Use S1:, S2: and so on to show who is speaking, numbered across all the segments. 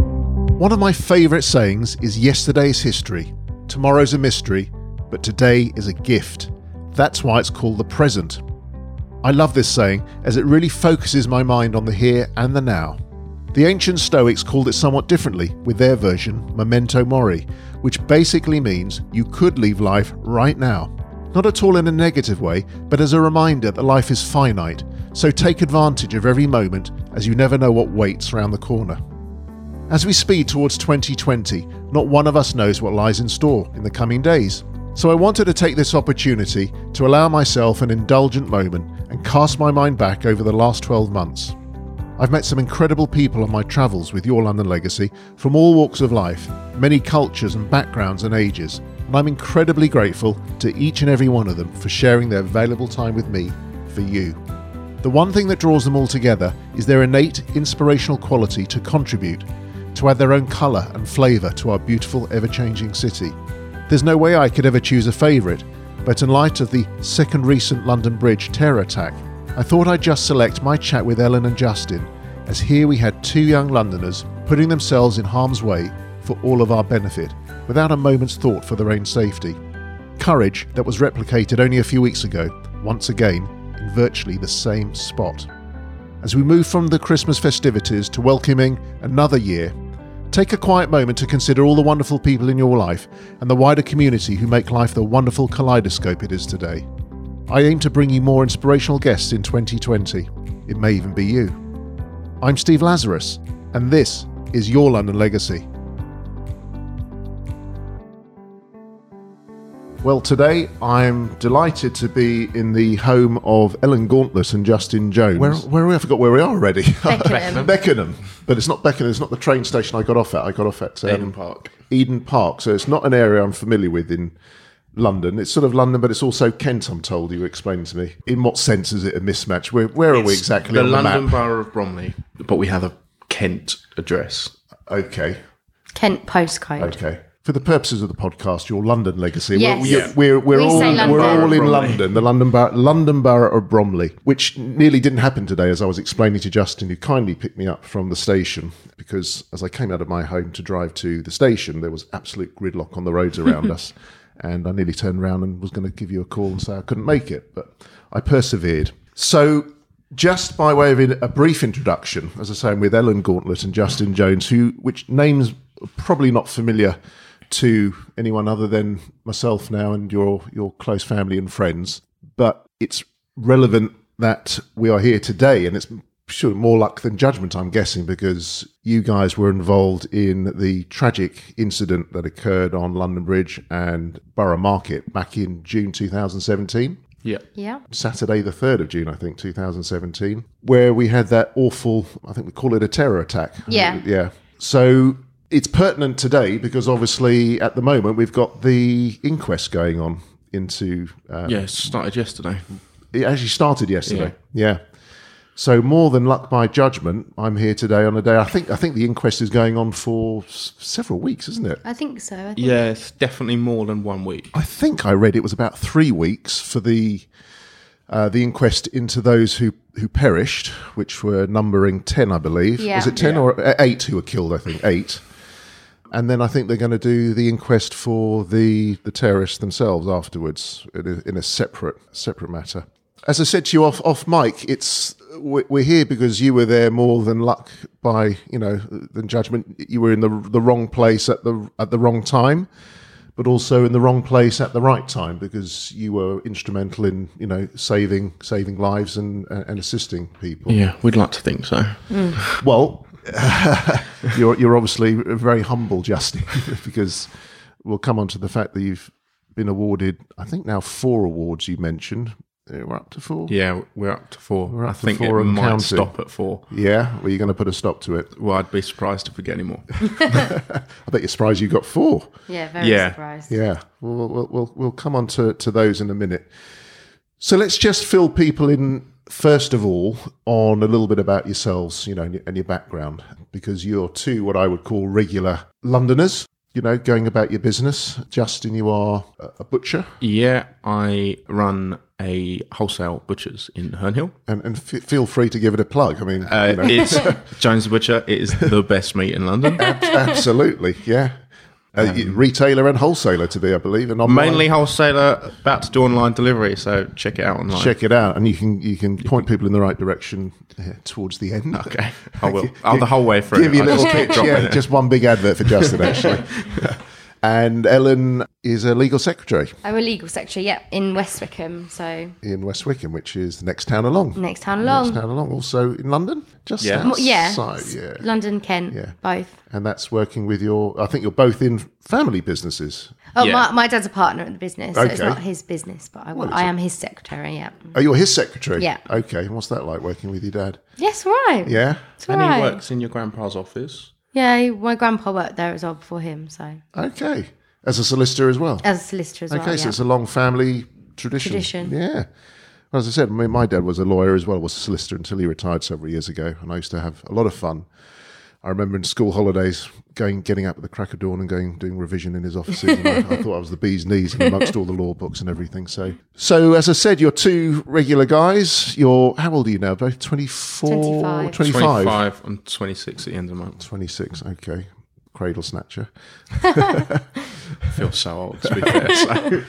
S1: One of my favourite sayings is yesterday's history, tomorrow's a mystery, but today is a gift. That's why it's called the present. I love this saying as it really focuses my mind on the here and the now. The ancient Stoics called it somewhat differently with their version, memento mori, which basically means you could leave life right now. Not at all in a negative way, but as a reminder that life is finite, so take advantage of every moment as you never know what waits around the corner. As we speed towards 2020, not one of us knows what lies in store in the coming days. So I wanted to take this opportunity to allow myself an indulgent moment and cast my mind back over the last 12 months. I've met some incredible people on my travels with Your London Legacy from all walks of life, many cultures and backgrounds and ages, and I'm incredibly grateful to each and every one of them for sharing their valuable time with me for you. The one thing that draws them all together is their innate inspirational quality to contribute, to add their own colour and flavour to our beautiful, ever changing city. There's no way I could ever choose a favourite, but in light of the second recent London Bridge terror attack, I thought I'd just select my chat with Ellen and Justin, as here we had two young Londoners putting themselves in harm's way for all of our benefit, without a moment's thought for their own safety. Courage that was replicated only a few weeks ago, once again, in virtually the same spot. As we move from the Christmas festivities to welcoming another year Take a quiet moment to consider all the wonderful people in your life and the wider community who make life the wonderful kaleidoscope it is today. I aim to bring you more inspirational guests in 2020. It may even be you. I'm Steve Lazarus, and this is Your London Legacy. Well, today I'm delighted to be in the home of Ellen Gauntless and Justin Jones. Where, where are we? I forgot where we are already.
S2: Beckenham.
S1: Beckenham. But it's not Beckenham, it's not the train station I got off at. I got off at um,
S3: Eden Park.
S1: Eden Park. So it's not an area I'm familiar with in London. It's sort of London, but it's also Kent, I'm told. You were explaining to me. In what sense is it a mismatch? Where, where are we
S3: It's
S1: exactly
S3: The
S1: on
S3: London
S1: the map?
S3: Borough of Bromley, but we have a Kent address.
S1: Okay,
S2: Kent postcode.
S1: okay. For the purposes of the podcast, your London legacy.
S2: Yes.
S1: We're, we're, we're,
S2: We
S1: all,
S2: say London.
S1: we're all in
S3: Bromley.
S1: London, the London, Bor- London Borough of Bromley, which nearly didn't happen today, as I was explaining to Justin, who kindly picked me up from the station. Because as I came out of my home to drive to the station, there was absolute gridlock on the roads around us. And I nearly turned around and was going to give you a call and say I couldn't make it, but I persevered. So just by way of in- a brief introduction, as I say, I'm with Ellen Gauntlet and Justin Jones, who which names are probably not familiar to anyone other than myself now and your your close family and friends. But it's relevant that we are here today, and it's sure more luck than judgment, I'm guessing, because you guys were involved in the tragic incident that occurred on London Bridge and Borough Market back in June 2017.
S3: Yeah.
S2: Yeah.
S1: Saturday, the 3rd of June, I think, 2017, where we had that awful, I think we call it a terror attack.
S2: Yeah.
S1: Yeah. So it's pertinent today because obviously at the moment we've got the inquest going on into, uh,
S3: Yeah, it started yesterday.
S1: it actually started yesterday. Yeah. So more than luck by judgment, I'm here today on a day. I think I think the inquest is going on for s- several weeks, isn't it?
S2: I think so. I think
S3: Yeah, it's definitely more than one week.
S1: I think I read it was about three weeks for the uh, the inquest into those who who perished, which were numbering ten, I believe.
S2: Yeah.
S1: Is it ten or uh, eight who were killed? I think eight. And then I think they're going to do the inquest for the the terrorists themselves afterwards in a, in a separate separate matter. As I said to you off off mic, it's we- we're here because you were there more than luck by you know than judgment. You were in the the wrong place at the at the wrong time but also in the wrong place at the right time because you were instrumental in you know saving saving lives and and assisting people.
S3: Yeah, we'd like to think so.
S1: Well, you're you're obviously very humble, Justin, because we'll come on to the fact that you've been awarded. I think now four awards you mentioned. Uh, We're up to four.
S3: Yeah, we're up to four.
S1: up
S3: I
S1: to
S3: think
S1: four
S3: it
S1: and
S3: might
S1: counting.
S3: stop at four.
S1: Yeah, well, you're going to put a stop to it.
S3: Well, I'd be surprised if we get any more.
S1: I bet you're surprised you got four.
S2: Yeah, very
S3: Yeah.
S2: surprised.
S1: Yeah, we'll, we'll, we'll, we'll come on to, to those in a minute. So let's just fill people in, first of all, on a little bit about yourselves, you know, and your, and your background, because you're two what I would call regular Londoners. you know, going about your business. Justin, you are a- a butcher.
S3: Yeah, I run a wholesale butchers in Hernhill.
S1: and, and f- feel free to give it a plug. I mean,
S3: Uh,
S1: you know,
S3: it's Jones the Butcher. It is the best meat in London.
S1: absolutely, yeah. Uh, y- retailer and wholesaler to be, I believe, and online.
S3: Um, Mainly wholesaler, about to do online delivery, so check it out online.
S1: check it out, and you can you can point people in the right direction uh, towards the end.
S3: Okay, I will. I'll the whole way through.
S1: Give you a
S3: I
S1: little
S3: just keep
S1: pitch,
S3: dropping
S1: yeah,
S3: it.
S1: just one big advert for Justin actually. and Ellen is a legal secretary
S2: I'm a legal secretary, yep, in West Wickham, so
S1: in West Wickham, which is the next town along.
S2: next town
S1: Next
S2: along.
S1: town along, also in London, just
S3: Yeah.
S2: Well, yeah,
S1: outside,
S2: s-
S1: yeah.
S2: London, Kent,
S1: Yeah.
S2: both.
S1: And that's working with your. I think you're both in family businesses.
S2: Oh,
S3: Yeah.
S2: my, my dad's a partner at the business, so it's
S1: Okay.
S2: not his business, but I,
S1: Well, it's
S2: I
S1: a-
S2: am his secretary, yeah.
S1: Oh, you're his secretary?
S2: Yeah.
S1: Okay. and What's that like working with your dad?
S2: Yes, right.
S1: Yeah.
S2: It's all
S3: And he
S2: right.
S3: works in your grandpa's office.
S2: Yeah, he- my grandpa worked there as well before him, so
S1: Okay. As a solicitor as well.
S2: as a solicitor as
S1: okay.
S2: well.
S1: So
S2: yeah.
S1: it's a long family tradition.
S2: Tradition.
S1: Yeah. Well, As I said, I mean, my dad was a lawyer as well, was a solicitor until he retired several years ago, and I used to have a lot of fun. I remember in school holidays going, getting up at the crack of dawn and going doing revision in his offices. and I, I thought I was the bee's knees amongst all the law books and everything. So, so as I said, you're two regular guys. You're how old are you now? Both 24,
S2: 25.
S1: 25.
S3: 25. I'm 26 at the end of the month.
S1: 26, okay. Cradle snatcher.
S3: I feel so old, to be fair.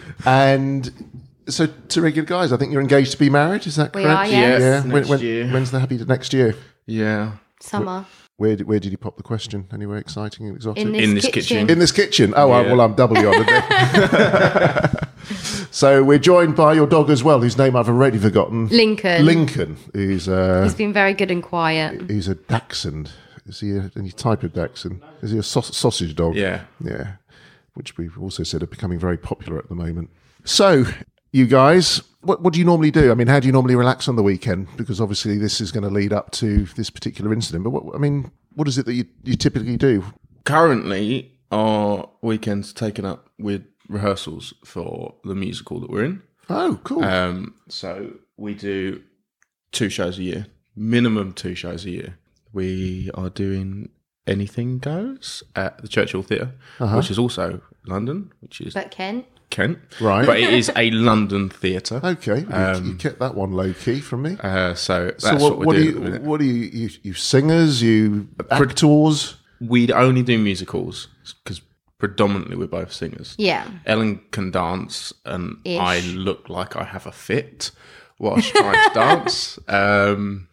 S3: So.
S1: And so, two regular guys, I think you're engaged to be married, is that
S2: We
S1: correct?
S2: are, yes.
S1: Yeah.
S3: Yes,
S1: When-
S3: next
S1: when-
S3: year.
S1: When's the happy next year?
S3: Yeah.
S2: Summer
S1: Where, did- where did you pop the question? Anywhere exciting and exotic?
S2: in this,
S3: In this
S2: kitchen.
S3: kitchen.
S1: In this kitchen. Oh, I-
S3: Yeah.
S1: well, I'm doubly honoured then. so, we're joined by your dog as well, whose name I've already forgotten
S2: Lincoln.
S1: Lincoln. He's, uh,
S2: He's been very good and quiet.
S1: he's a dachshund. Is he a, any type of dachshund? Is he a sau- sausage dog?
S3: Yeah.
S1: Yeah, which we've also said are becoming very popular at the moment. So, you guys, what, what do you normally do? I mean, how do you normally relax on the weekend? Because obviously, this is going to lead up to this particular incident. But what, I mean, what is it that you, you typically do?
S3: Currently, our weekend's taken up with rehearsals for the musical that we're in.
S1: Oh, cool.
S3: Um, so we do two shows a year, minimum two shows a year. We are doing Anything Goes at the Churchill theater
S1: Uh-huh.
S3: which is also London, which is
S2: But Kent,
S3: Kent.
S1: Right.
S3: But it is a London theatre.
S1: okay, you- you, kept that one low key from me.
S3: Um, Uh, so that's
S1: so, what,
S3: what, we're
S1: what, do
S3: doing.
S1: you, what do you, you, you singers, you actors?
S3: We'd only do musicals because predominantly we're both singers.
S2: yeah.
S3: Ellen can dance, and
S2: Ish.
S3: I look like I have a fit while she tries to dance. Um,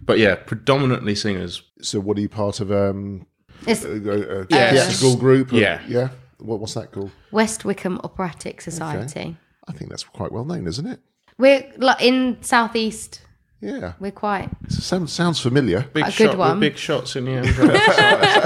S3: but yeah, predominantly singers.
S1: So, what are you part of? Um,
S2: It's
S1: a, a
S2: Yes.
S1: theatrical group? or-
S3: Yeah.
S1: yeah. What, what's that called?
S2: West Wickham Operatic Society.
S1: I think that's quite well known, isn't it?
S2: We're like in southeast.
S1: Yeah,
S2: We're quite
S1: sounds sounds familiar.
S3: Big
S2: A good
S3: shot, we're
S2: one.
S3: Big shots in the end. uh,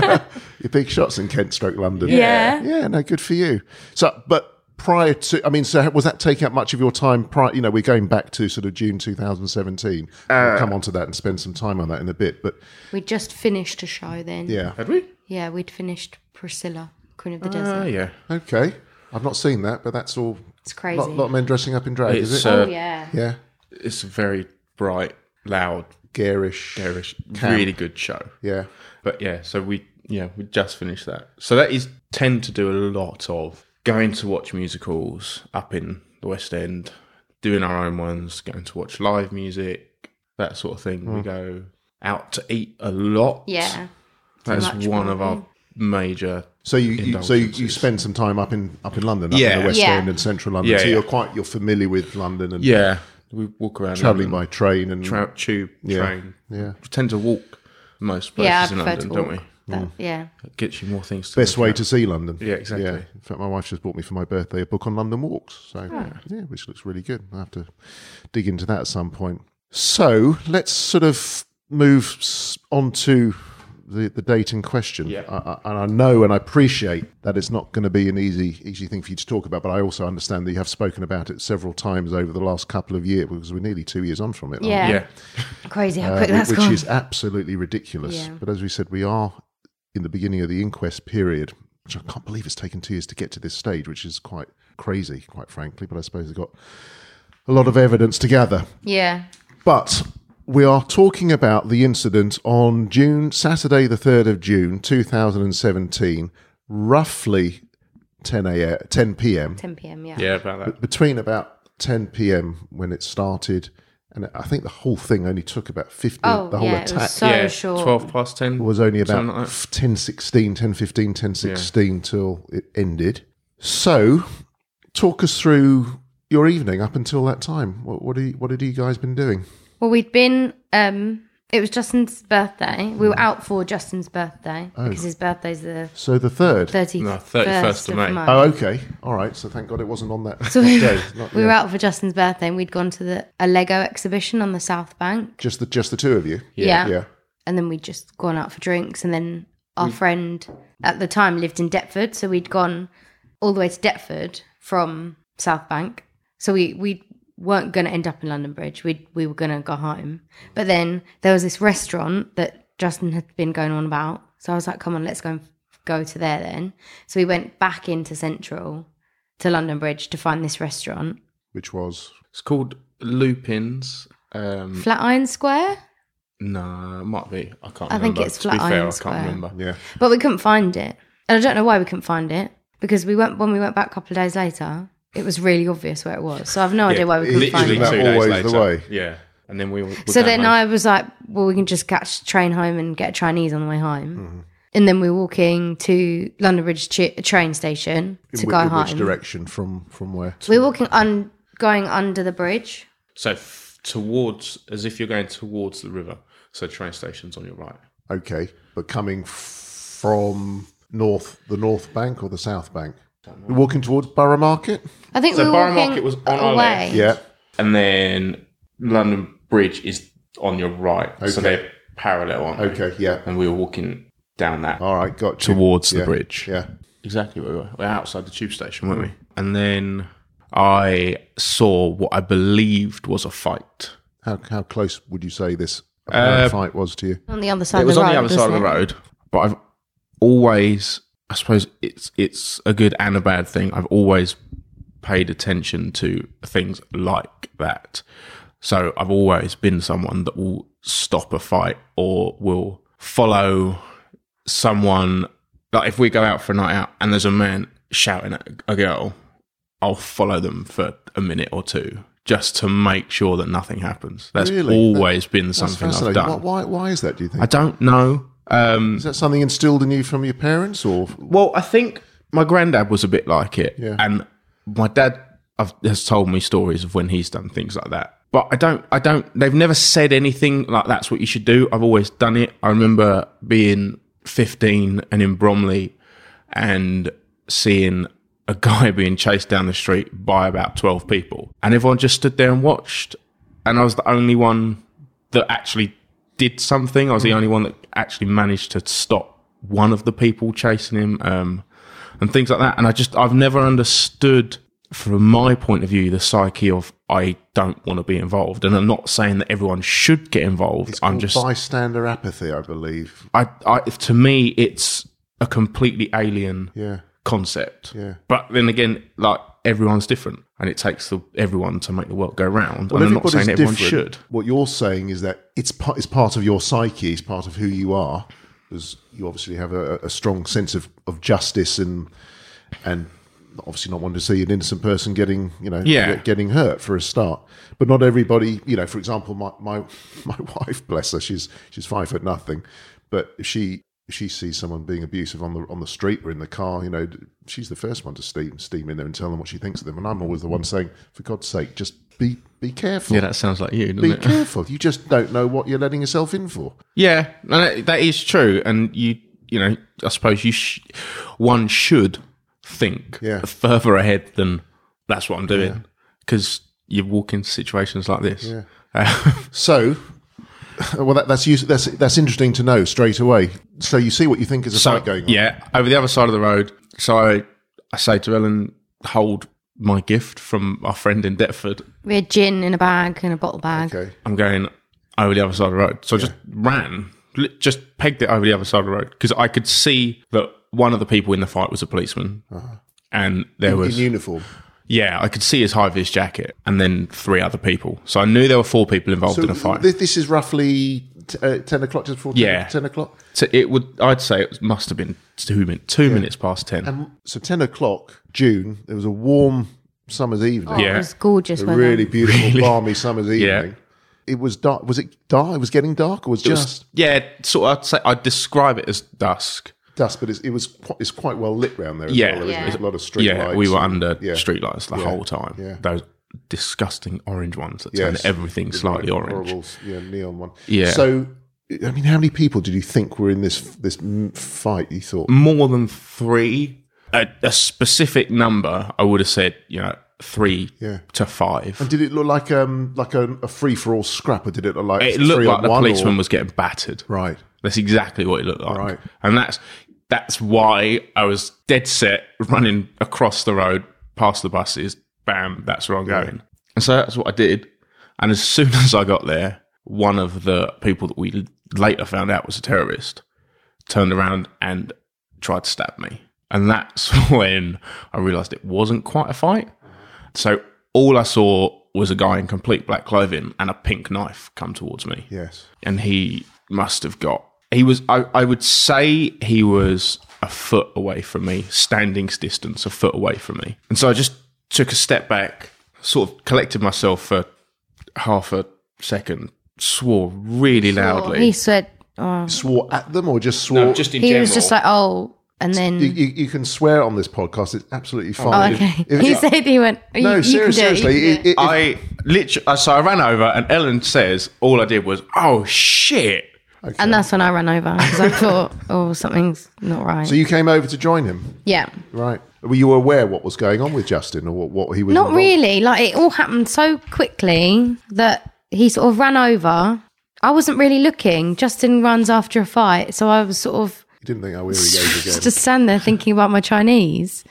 S1: Your big shots in Kent, stroke London.
S2: yeah.
S1: yeah, no, good for you. So, but prior to, I mean, so was that taking up much of your time? Prior, you know, we're going back to sort of June 2017. we'll come on to that and spend some time on that in a bit. But
S2: We just finished a show then.
S1: yeah,
S3: Had we?
S2: Yeah, we'd finished Priscilla, Queen of the
S3: Oh
S2: Desert.
S3: yeah.
S1: okay, I've not seen that, but that's all.
S2: It's crazy.
S1: lot, lot of men dressing up in drag, is
S3: It's
S1: it?
S3: uh,
S2: oh yeah.
S1: yeah,
S3: it's a very bright, loud,
S1: garish.
S3: garish, really good show.
S1: Yeah,
S3: But yeah, so we yeah we just finished that. So that is tend to do a lot of going to watch musicals up in the West End, doing our own ones, going to watch live music, that sort of thing.
S1: Hmm.
S3: We go out to eat a lot.
S2: Yeah.
S3: that's
S2: much
S3: one of our major.
S1: So you, you so you, you spend some time up in up in London, up in
S3: Yeah.
S1: the West
S2: Yeah.
S1: End and Central London.
S3: Yeah,
S1: so
S3: yeah.
S1: you're quite you're familiar with London and
S3: Yeah, we walk around
S1: traveling by train and
S3: tra- tube train.
S1: yeah.
S3: We tend to walk most places
S2: Yeah, I
S3: in
S2: prefer
S3: London,
S2: to
S3: don't
S2: walk.
S3: we?
S2: That, yeah.
S3: It gets you more things. To
S1: Best
S3: look
S1: way
S3: at.
S1: to see London.
S3: Yeah, exactly.
S1: In fact, my wife just bought me for my birthday a book on London walks. So yeah, which looks really good. I have to dig into that at some point. So let's sort of move s- on to the, the date in question.
S3: Yeah.
S1: I, I, and I know and I appreciate that it's not going to be an easy easy thing for you to talk about, but I also understand that you have spoken about it several times over the last couple of years because we're nearly two years on from it. aren't we?
S2: Yeah.
S3: Yeah,
S2: Crazy how
S1: uh,
S2: quick
S1: whi-
S2: that's
S1: which
S2: gone.
S1: is absolutely ridiculous.
S2: Yeah.
S1: But as we said, we are in the beginning of the inquest period, which I can't believe it's taken two years to get to this stage, which is quite crazy, quite frankly. But I suppose they've got a lot of evidence to gather.
S2: yeah.
S1: But we are talking about the incident on June, Saturday, the 3rd of June, 2017, roughly 10 a.m. 10 p.m.
S2: 10 p.m. Yeah.
S3: Yeah, about that.
S1: between about 10 p.m. when it started, and I think the whole thing only took about 15.
S2: Oh,
S1: the whole
S2: yeah, it was
S1: attack was,
S2: So
S3: yeah,
S2: short.
S3: twelve past ten
S1: only about
S3: Something like that.
S1: 10, 16, 10, 15, 10, 16 till it ended. So, talk us through your evening up until that time. What what, are you, what had you guys been doing?
S2: Well, we'd been. Um, it was Justin's birthday. We were out for Justin's birthday because his birthday's the
S1: So the third.
S2: thirty
S3: No,
S2: first
S3: 31st
S2: of
S3: of May.
S2: March.
S1: Oh, okay. All right. So thank God it wasn't on that,
S2: So
S1: that
S2: we-
S1: day. Not,
S2: We
S1: yeah.
S2: were out for Justin's birthday and we'd gone to the a Lego exhibition on the South Bank.
S1: just the just the two of you.
S2: Yeah.
S1: Yeah. Mm.
S2: And then we'd just gone out for drinks and then our friend at the time lived in Deptford, so we'd gone all the way to Deptford from South Bank. So we we weren't gonna end up in London Bridge. We we were gonna go home. But then there was this restaurant that Justin had been going on about. So I was like, come on, let's go and go to there then. So we went back into Central to London Bridge to find this restaurant.
S1: Which was
S3: It's called Lupins. Um,
S2: Flatiron Square?
S3: no, it might be. I can't.
S2: I think
S3: remember.
S2: it's
S3: to be
S2: Flatiron
S3: fair, I can't
S2: Square.
S3: remember.
S1: yeah.
S2: But we couldn't find it. And I don't know why we couldn't find it because we went when we went back a couple of days later, it was really obvious where it was. So I've no idea why we couldn't
S1: Literally
S2: find
S1: Isn't
S2: it.
S1: that always the way?
S3: Yeah, and then we. all- we
S2: So
S3: came
S2: then
S3: home.
S2: I was like, well, we can just catch the train home and get a Chinese on the way home.
S3: Mm-hmm.
S2: And then we're walking to London Bridge chi- uh, train station to
S1: in, whi-
S2: go
S1: in
S2: home.
S1: which direction from from where?
S2: We're walking un- going under the bridge.
S3: So f- towards, as if you're going towards the river. So train station's on your right.
S1: Okay, but coming f- from north, the north bank or the south bank? You're walking towards Borough Market.
S2: I think
S3: So
S2: we were
S3: Borough
S2: walking
S3: Market was on our
S2: away.
S3: left.
S1: Yeah,
S3: And then London Bridge is on your right. So
S1: Okay.
S3: they're parallel, aren't they?
S1: Okay, yeah.
S3: And we were walking down that
S1: All right, got you.
S3: towards
S1: Yeah,
S3: the bridge.
S1: Yeah,
S3: Exactly where we were. We were outside the tube station, weren't we? And then I saw what I believed was a fight.
S1: how how close would you say this
S3: Uh,
S1: apparent fight was to you?
S2: On the other side
S3: it
S2: of
S3: was
S2: the road.
S3: on the other side
S2: wasn't
S3: of the
S2: it?
S3: road, but I've always, I suppose it's it's a good and a bad thing. I've always paid attention to things like that, so I've always been someone that will stop a fight or will follow someone. Like if we go out for a night out and there's a man shouting at a girl, I'll follow them for a minute or two just to make sure that nothing happens. That's
S1: Really?
S3: always been something I've
S1: Fascinating.
S3: done.
S1: Why, why why is that? Do you think
S3: I don't know. Um,
S1: is that something instilled in you from your parents or?
S3: well, I think my granddad was a bit like it,
S1: Yeah.
S3: and my dad I've, has told me stories of when he's done things like that. But I don't, I don't. They've never said anything like that's what you should do. I've always done it. I remember being 15 and in Bromley, and seeing a guy being chased down the street by about 12 people, and everyone just stood there and watched, and I was the only one that actually did something. I was
S1: Mm.
S3: the only one that actually managed to stop one of the people chasing him um, and things like that. And I just, I've never understood from my point of view the psyche of I don't want to be involved. And I'm not saying that everyone should get involved. I'm just,
S1: bystander apathy, I believe.
S3: I, I, to me, it's a completely alien
S1: Yeah,
S3: concept.
S1: Yeah.
S3: But then again, like everyone's different and it takes the, everyone to make the world go round. and I'm not saying everyone should.
S1: What you're saying is that it's part, it's part of your psyche, it's part of who you are, because you obviously have a, a strong sense of, of justice and and obviously not wanting to see an innocent person getting you know
S3: Yeah.
S1: get- getting hurt for a start. But not everybody, you know. For example, my my, my wife, bless her, she's she's five foot nothing, but if she if she sees someone being abusive on the on the street or in the car, you know, she's the first one to steam steam in there and tell them what she thinks of them. And I'm always the one saying, for God's sake, just be be careful.
S3: Yeah, that sounds like you, doesn't
S1: Be
S3: it?
S1: careful. You just don't know what you're letting yourself in for.
S3: Yeah, no, that- that is true. And you, you know, I suppose you, sh- one should think
S1: Yeah.
S3: further ahead than that's what I'm doing because you walk into situations like this. Um,
S1: So, well, that, that's use, that's that's interesting to know straight away. So you see what you think is a
S3: So,
S1: fight going on.
S3: yeah, over the other side of the road. So I, I say to Ellen, hold my gift from our friend in Deptford.
S2: We had gin in a bag, in a bottle bag.
S1: Okay.
S3: I'm going over the other side of the road. So I just ran, li- just pegged it over the other side of the road because I could see that one of the people in the fight was a policeman.
S1: Uh-huh.
S3: And there
S1: In
S3: was
S1: uniform.
S3: Yeah, I could see his high vis jacket and then three other people. So I knew there were four people involved in a
S1: So
S3: fight.
S1: this, this is roughly t- uh, 10 o'clock, just before 10,
S3: Yeah.
S1: 10 o'clock.
S3: So it would. I'd say it must have been two minutes. Two minutes past ten.
S1: And so 10 o'clock, June, there was a warm summer's evening.
S2: Oh,
S3: Yeah.
S2: it was gorgeous
S1: A
S2: weather.
S1: really beautiful, balmy summer's evening. It was dark. Was it dark? It was getting dark, or was it
S3: It was-
S1: just
S3: yeah, sort of. I'd say I'd describe it as dusk.
S1: dusk? But it's, it was quite, it's quite well lit round there. As
S3: Yeah.
S1: well,
S2: Yeah.
S1: Isn't it? a lot of street
S3: Yeah,
S1: lights.
S3: we were under
S1: yeah.
S3: streetlights the whole time.
S1: yeah.
S3: Those disgusting orange ones that turn
S1: Yes.
S3: everything slightly orange.
S1: horrible, yeah, neon one.
S3: Yeah.
S1: So, I mean, how many people did you think were in this this m- fight? You thought
S3: More than three. A, a specific number, I would have said, you know, three
S1: Yeah.
S3: to five.
S1: Did it look like um like a, a free for all scrap, or did it look like
S3: it looked
S1: three
S3: like
S1: on
S3: the
S1: one,
S3: policeman
S1: Or?
S3: was getting battered.
S1: Right.
S3: That's exactly what it looked like.
S1: Right.
S3: And that's that's why I was dead set running across the road past the buses. Bam, that's where I'm going. And so that's what I did. And as soon as I got there, one of the people that we l- later found out was a terrorist turned around and tried to stab me. And that's when I realized it wasn't quite a fight. So all I saw was a guy in complete black clothing and a pink knife come towards me
S1: Yes.
S3: and he must have got he was I, I would say he was a foot away from me standings distance a foot away from me and so i just took a step back sort of collected myself for half a second swore really loudly
S2: He said, oh,
S1: Swore at them, or just swore.
S3: No, Um, just in
S2: he
S3: general
S2: was just like, oh, and then,
S1: you, you, you can swear on this podcast. It's absolutely
S2: oh,
S1: fine.
S2: okay.
S1: If-
S2: he
S1: if-
S2: said he went, you,
S1: no,
S2: you
S1: seri-
S2: can do
S1: seriously.
S2: it. you can do
S1: i- i-
S2: it.
S1: if-
S3: i literally so i ran over and ellen says all i did was oh shit
S2: And that's when I ran over because I thought, oh, something's not right.
S1: so you came over to join him,
S2: yeah.
S1: right? Were you aware what was going on with Justin, or what, what he was?
S2: Not
S1: involved-
S2: really. Like it all happened so quickly that he sort of ran over. I wasn't really looking. Justin runs after a fight. So I was sort of
S1: You didn't think, oh, here he goes again.
S2: just stand there thinking about my Chinese.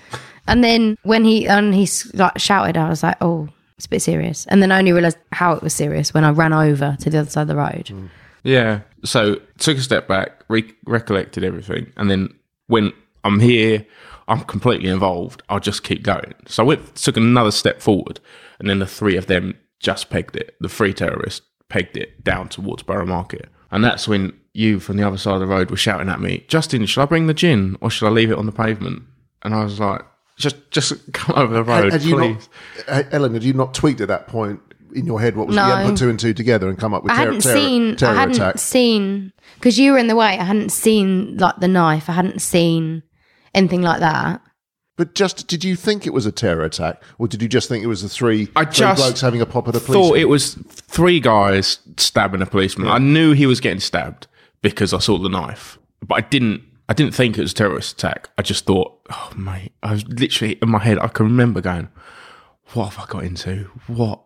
S2: And then when he and he s- like shouted, I was like, "Oh, it's a bit serious." And then I only realized how it was serious when I ran over to the other side of the road.
S3: Hmm. Yeah. So took a step back, re- recollected everything, and then when I'm here, I'm completely involved. I'll just keep going. So I went, took another step forward, and then the three of them just pegged it. The three terrorists pegged it down towards Borough Market, and that's when you from the other side of the road were shouting at me, Justin, shall I bring the gin or shall I leave it on the pavement? And I was like, just just come over the road,
S1: Had
S3: please.
S1: you not, uh, Ellen, had you not tweaked at that point in your head what was? You had
S2: No.
S1: put two and two together and come up with
S2: I
S1: terror,
S2: hadn't
S1: terror,
S2: seen.
S1: terror
S2: I hadn't
S1: attack.
S2: seen because you were in the way. I hadn't seen like the knife. I hadn't seen anything like that.
S1: But just did you think it was a terror attack, or did you just think it was the three,
S3: I
S1: three
S3: just
S1: blokes having a pop at a
S3: thought
S1: police?
S3: it was three guys stabbing a policeman. I knew he was getting stabbed because I saw the knife, but I didn't. I didn't think it was a terrorist attack. I just thought, oh mate, I was literally in my head. I can remember going, "What have I got into? What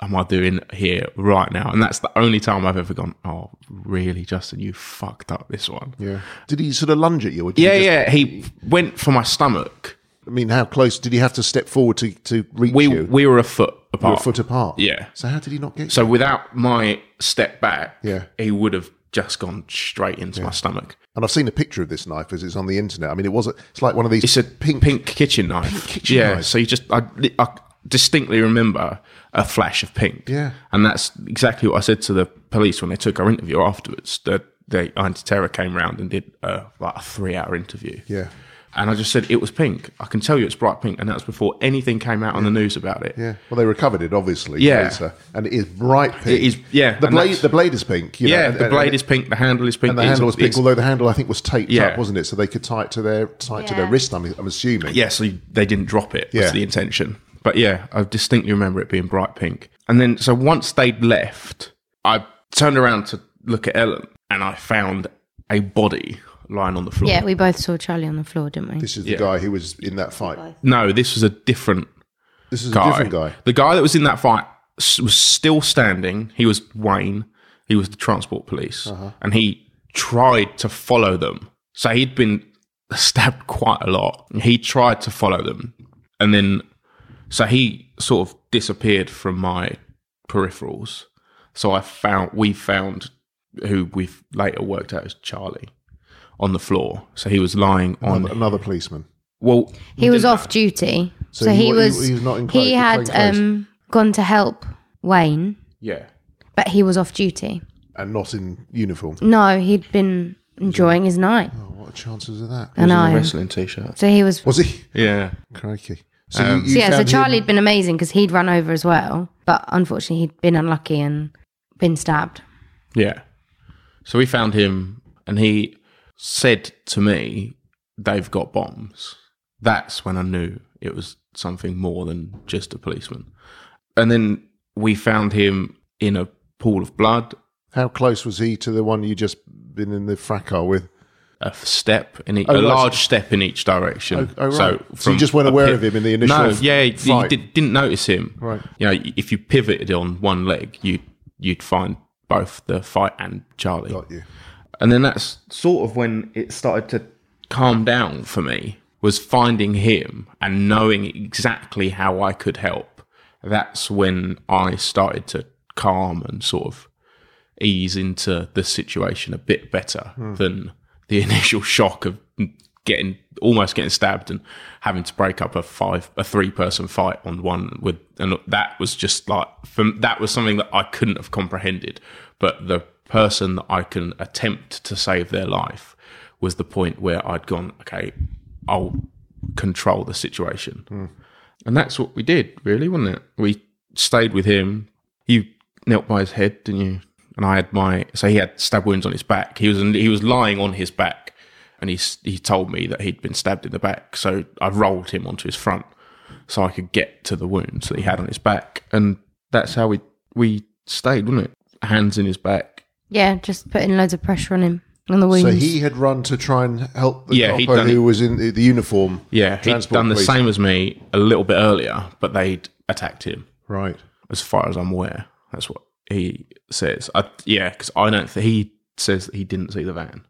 S3: am I doing here right now?" And that's the only time I've ever gone, "Oh, really, Justin? You fucked up this one."
S1: Yeah. Did he sort of lunge at you? Or did
S3: yeah.
S1: you just,
S3: yeah, he went for my stomach.
S1: I mean, how close did he have to step forward to to reach
S3: We
S1: you?
S3: we were a foot apart.
S1: You're a foot apart.
S3: Yeah.
S1: So how did he not get?
S3: So without my step back,
S1: Yeah.
S3: he would have just gone straight into my stomach.
S1: you? And I've seen a picture of this knife as it's on the internet. I mean, it was a, it's like one of these.
S3: It's a pink, pink kitchen knife.
S1: kitchen
S3: yeah.
S1: knife.
S3: So you just, I, I distinctly remember a flash of pink.
S1: Yeah.
S3: And that's exactly what I said to the police when they took our interview afterwards. The, the anti-terror came round and did uh, like a three-hour interview.
S1: yeah.
S3: And I just said it was pink. I can tell you it's bright pink, and that's before anything came out on the news about it.
S1: Yeah. Well, they recovered it obviously.
S3: Yeah.
S1: later. And it is bright pink.
S3: It is- yeah,
S1: The
S3: and
S1: blade.
S3: that's-
S1: The blade is pink. you know,
S3: Yeah,
S1: and-
S3: the
S1: and-
S3: blade is pink, the handle is
S1: Uh,
S3: pink.
S1: And the
S3: it's-
S1: handle was pink,
S3: it's-
S1: although the handle I think was taped up,
S3: Yeah.
S1: wasn't it? So they could tie it to their tie it to their
S2: Yeah.
S1: wrist. I'm, I'm assuming.
S3: yeah, so they didn't drop it.
S1: Yeah.
S3: That's the intention. But yeah, I distinctly remember it being bright pink. And then, so once they'd left, I turned around to look at Ellen and I found a body lying on the floor.
S2: Yeah, we both saw Charlie on the floor, didn't we?
S1: This is the guy who was in that fight.
S3: No, this was a different
S1: This is
S3: guy.
S1: a different guy.
S3: The guy that was in that fight s- was still standing. He was Wayne. He was the transport police. And he tried to follow them. So he'd been stabbed quite a lot. He tried to follow them. And then, so he sort of disappeared from my peripherals. So I found, we found who we've later worked out as Charlie on the floor. So he was lying on,
S1: Another policeman.
S3: well,
S2: He was off duty, so,
S1: he wa- he-
S2: he, was.
S1: he
S2: He,
S1: was not in clo-
S2: had
S1: plainclothes.
S2: um, gone to help Wayne,
S3: yeah.
S2: but he was off duty.
S1: and not in uniform.
S2: No, he'd been enjoying his night.
S1: Oh, what are chances of
S2: I
S1: that?
S3: He was in a
S2: know.
S3: wrestling t-shirt.
S2: So he was.
S1: Was he?
S3: Yeah.
S1: Crikey. So,
S3: Um,
S2: So yeah, so
S1: found him-
S2: Charlie had been amazing because he'd run over as well. But unfortunately, he'd been unlucky and been stabbed.
S3: Yeah. So we found him and he said to me, they've got bombs. That's when I knew it was something more than just a policeman. And then we found him in a pool of blood,
S1: How close was he to the one you just been in the frack car with?
S3: a step in e-
S1: Oh,
S3: a
S1: right.
S3: large step in each direction.
S1: Oh, oh, right. So you
S3: from
S1: just weren't
S3: a
S1: aware
S3: pi-
S1: of him in the initial
S3: No,
S1: f-
S3: yeah, you- you
S1: fight?
S3: did, didn't notice him.
S1: Right.
S3: You know, y- if you pivoted on one leg, you you'd find both the fight and Charlie.
S1: Got you.
S3: And then that's sort of when it started to calm down for me was finding him and knowing exactly how I could help. That's when I started to calm and sort of ease into the situation a bit better than the initial shock of getting almost getting stabbed and having to break up a five a three person fight on one with and that was just like from that was something that I couldn't have comprehended but the person that I can attempt to save their life was the point where I'd gone okay I'll control the situation and that's what we did, really, wasn't it? We stayed with him. You knelt by his head, didn't you? And I had my so he had stab wounds on his back. He was he was lying on his back, and he s- he told me that he'd been stabbed in the back. So I rolled him onto his front, so I could get to the wounds that he had on his back, and that's how we we stayed, wasn't it? Hands in his back.
S2: Yeah, just putting loads of pressure on him on the wounds.
S1: So he had run to try and help the
S3: Yeah,
S1: cop
S3: he'd
S1: who
S3: done it.
S1: was in the, the uniform.
S3: Yeah, he'd
S1: Transport
S3: done the
S1: police.
S3: same as me a little bit earlier, but they'd attacked him.
S1: Right.
S3: as far as I'm aware. That's what he says. I, yeah, because I don't think he says that he didn't see the van.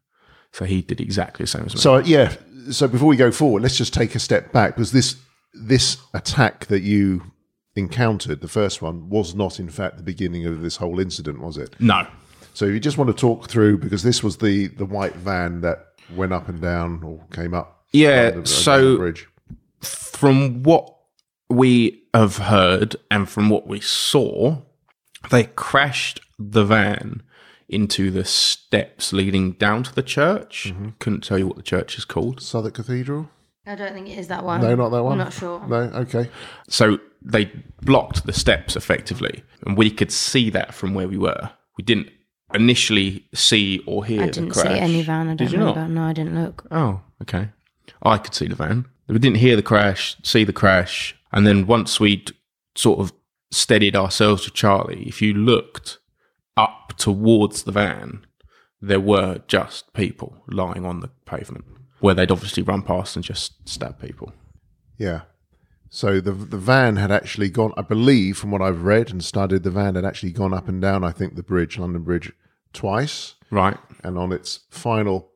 S3: So he did exactly the same as me.
S1: So uh, yeah. So before we go forward, let's just take a step back because this this attack that you encountered, the first one, was not in fact the beginning of this whole incident, was it?
S3: no.
S1: So you just want to talk through because this was the the white van that went up and down or came up.
S3: Yeah,
S1: down the-
S3: so-
S1: down the bridge.
S3: From what we have heard and from what we saw, they crashed the van into the steps leading down to the church.
S1: Mm-hmm.
S3: Couldn't tell you what the church is called.
S1: Southwark Cathedral.
S2: I don't think it is that one.
S1: No, not that one.
S2: Oh, I'm not sure.
S1: No. Okay.
S3: So they blocked the steps effectively, and we could see that from where we were. We didn't initially see or hear
S2: I
S3: the
S2: didn't
S3: crash.
S2: see any van. I don't
S3: you
S2: remember. No, I didn't look.
S3: Oh, okay. I could see the van. We didn't hear the crash, see the crash, and then once we'd sort of steadied ourselves with Charlie, if you looked up towards the van, there were just people lying on the pavement where they'd obviously run past and just stab people.
S1: Yeah. So the the van had actually gone. I believe, from what I've read and studied, the van had actually gone up and down. I think the bridge, London Bridge, twice,
S3: Right.
S1: and on its final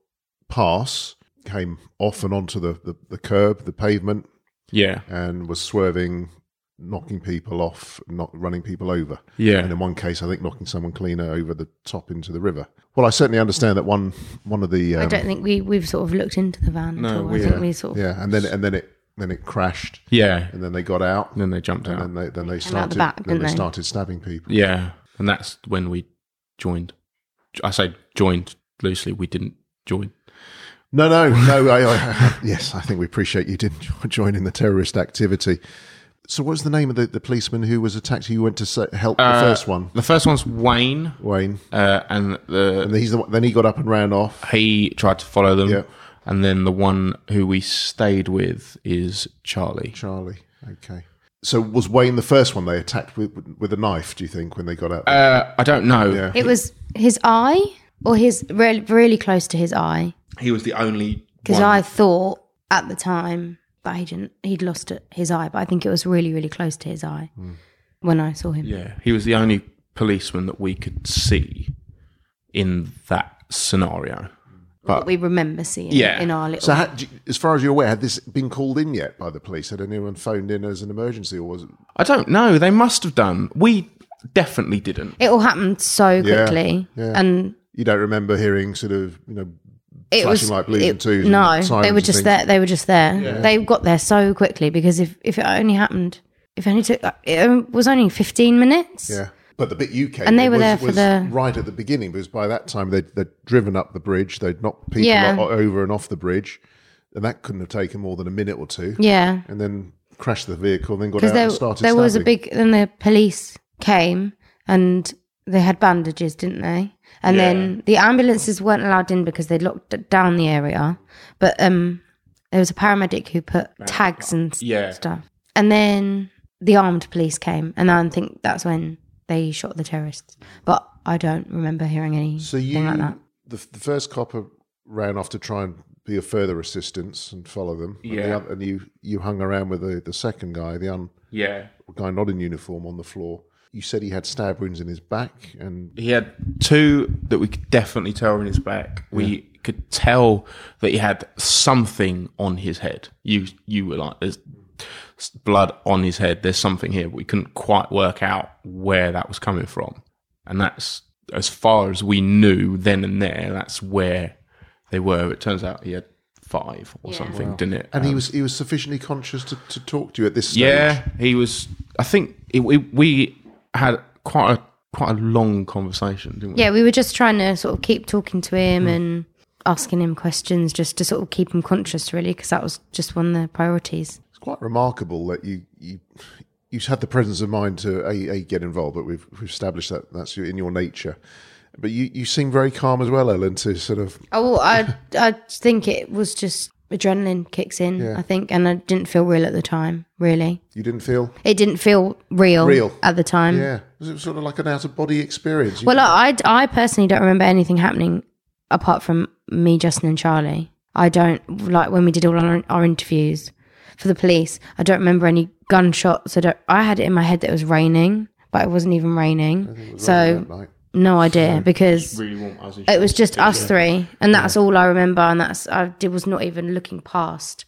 S1: pass came off and onto the, the, the curb, the pavement,
S3: Yeah.
S1: and was swerving, knocking people off, not running people over.
S3: Yeah.
S1: And in one case, I think knocking someone cleaner over the top into the river. Well, I certainly understand that one one of the
S2: I
S1: um,
S2: don't think we we've sort of looked into the van. at
S3: No,
S2: all.
S3: we-
S2: I think we sort of
S1: yeah, and then and then it then it crashed,
S3: Yeah.
S1: and then they got out,
S3: And then they jumped out.
S1: and then they then they
S2: came out
S1: started
S2: the back,
S1: then
S2: didn't
S1: they
S2: they?
S1: started stabbing people.
S3: yeah. And that's when we joined. I say joined loosely. We didn't join.
S1: No, no, no. I, I, yes, I think we appreciate you didn't jo- join in the terrorist activity. So, what was the name of the, the policeman who was attacked? Who you went to sa- help the
S3: Uh,
S1: first one,
S3: The first one's Wayne,
S1: Wayne?
S3: uh, and the
S1: And he's the one, then he got up and ran off.
S3: he tried to follow them.
S1: Yeah.
S3: And then the one who we stayed with is Charlie.
S1: Charlie. Okay. So, was Wayne the first one they attacked with with a knife? Do you think when they got out?
S3: Uh, I don't know.
S1: Yeah.
S2: It was his eye, or his really, really close to his eye,
S3: He was the only
S2: because
S3: one-
S2: I thought at the time that he didn't, he'd lost it- his eye, but I think it was really, really close to his eye
S1: Hmm.
S2: when I saw him.
S3: Yeah, he was the only policeman that we could see in that scenario.
S2: But we remember seeing
S3: Yeah.
S2: it in our little.
S1: so, had, do you- as far as you're aware, had this been called in yet by the police? Had anyone phoned in as an emergency, or was it?
S3: I don't know. They must have done. We definitely didn't.
S2: it all happened so quickly,
S1: yeah.
S2: and
S1: you don't remember hearing sort of you know
S2: it
S1: flashing
S2: was
S1: light blues
S2: it-
S1: and twos? and
S2: no,
S1: sirens
S2: they were
S1: and
S2: just
S1: things?
S2: there. They were just there. They got there so uh, quickly because if if it only happened, if it only took, it was only fifteen minutes.
S1: Yeah. But the bit you came
S2: And they
S1: in
S2: were
S1: was,
S2: there for
S1: was
S2: the-
S1: right at the beginning because by that time they'd, they'd driven up the bridge, they'd knocked people
S2: Yeah.
S1: o- over and off the bridge, and that couldn't have taken more than a minute or two.
S2: Yeah.
S1: And then crashed the vehicle, then got out
S2: Because there,
S1: and started.
S2: there was a
S1: stabbing.
S2: big, then the police came and they had bandages, didn't they? And then the ambulances weren't allowed in because they locked d- down the area. But um, there was a paramedic who put
S1: Uh,
S2: tags and s-
S3: Yeah.
S2: stuff. And then the armed police came, and I think that's when they shot the terrorists. But I don't remember hearing anything
S1: So you,
S2: like that.
S1: The, the first copper ran off to try and be of further assistance and follow them. And, the
S3: Yeah.
S1: oth- and you you hung around with the, the second guy, the un,
S3: Yeah.
S1: guy not in uniform on the floor. You said he had stab wounds in his back, and
S3: He had two that we could definitely tell were in his back. We could tell that he had something on his head. You you were like, there's blood on his head. There's something here. We couldn't quite work out where that was coming from. And that's as far as we knew then and there. That's where they were. It turns out he had five or something, didn't it?
S1: and he was he was sufficiently conscious to, to talk to you at this stage.
S3: Um, Yeah, he was. I think it, it, we had quite a quite a long conversation, didn't we?
S2: Yeah, we were just trying to sort of keep talking to
S1: Hmm.
S2: him and asking him questions just to sort of keep him conscious, really, because that was just one of the priorities.
S1: It's quite remarkable that you you you had the presence of mind to a, a get involved, but we've, we've established that that's your- in your nature. But you, you seem very calm as well, Ellen, to sort of
S2: Oh, well, I I think it was just adrenaline kicks in, I think, and I didn't feel real at the time, really.
S1: you didn't feel
S2: It didn't feel real,
S1: Real.
S2: at the time.
S1: yeah. It was sort of like an out of body experience. You-
S2: Well, I, I I personally don't remember anything happening apart from me, Justin, and Charlie. I don't like when we did all our, our interviews for the police. I don't remember any gunshots. I don't. I had it in my head that it was raining, but it wasn't even raining. So
S1: that night.
S2: no idea because
S3: really warm. I was in
S2: it was just us three, and that's all I remember. And that's I did, was not even looking past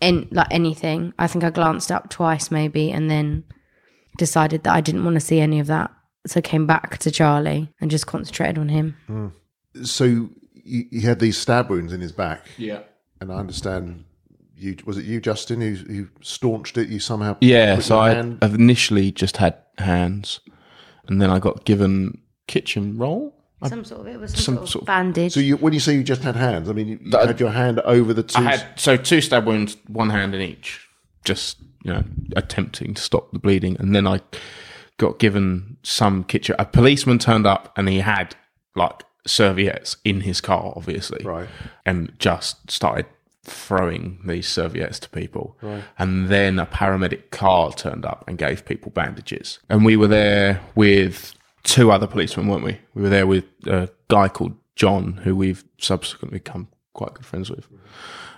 S2: in like anything. I think I glanced up twice maybe, and then decided that I didn't want to see any of that, so came back to Charlie and just concentrated on him.
S1: so you, you had these stab wounds in his back,
S3: Yeah.
S1: and I understand you was it you, Justin, who, who staunched it? You somehow
S3: Yeah.
S1: put
S3: So
S1: your
S3: I
S1: hand-
S3: I've initially just had hands, and then I got given kitchen roll.
S1: Uh,
S2: Some sort of it was
S3: Some
S2: some,
S3: sort
S2: sort of
S3: of-
S2: bandage.
S1: so you, when you say you just had hands, I mean you, you
S3: That-
S1: had your hand over the two.
S3: I had so two stab wounds, one hand in each, just you know attempting to stop the bleeding, and then I got given some kitchen. A policeman turned up, and he had like serviettes in his car, obviously,
S1: Right.
S3: and just started throwing these serviettes to people. And then a paramedic car turned up and gave people bandages. And we were there with two other policemen, weren't we? We were there with a guy called John, who we've subsequently become quite good friends with,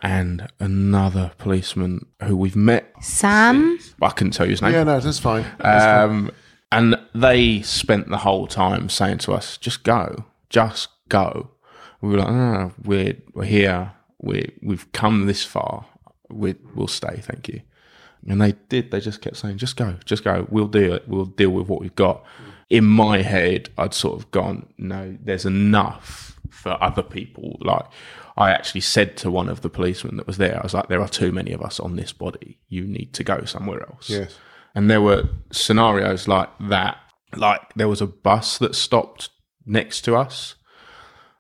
S3: and another policeman who we've met.
S2: Sam,
S3: I couldn't tell you his name.
S1: yeah, no, that's fine.
S3: Um, and they spent the whole time saying to us, "Just go, just go." We were like, "No, no, no, we're we're here. We we've come this far. We we'll stay. Thank you." And they did. They just kept saying, "Just go, just go. We'll deal it. We'll deal with what we've got." In my head, I'd sort of gone, "No, there's enough for other people." Like, I actually said to one of the policemen that was there, "I was like, there are too many of us on this body. You need to go somewhere else."
S1: Yes.
S3: And there were scenarios like that. Like there was a bus that stopped next to us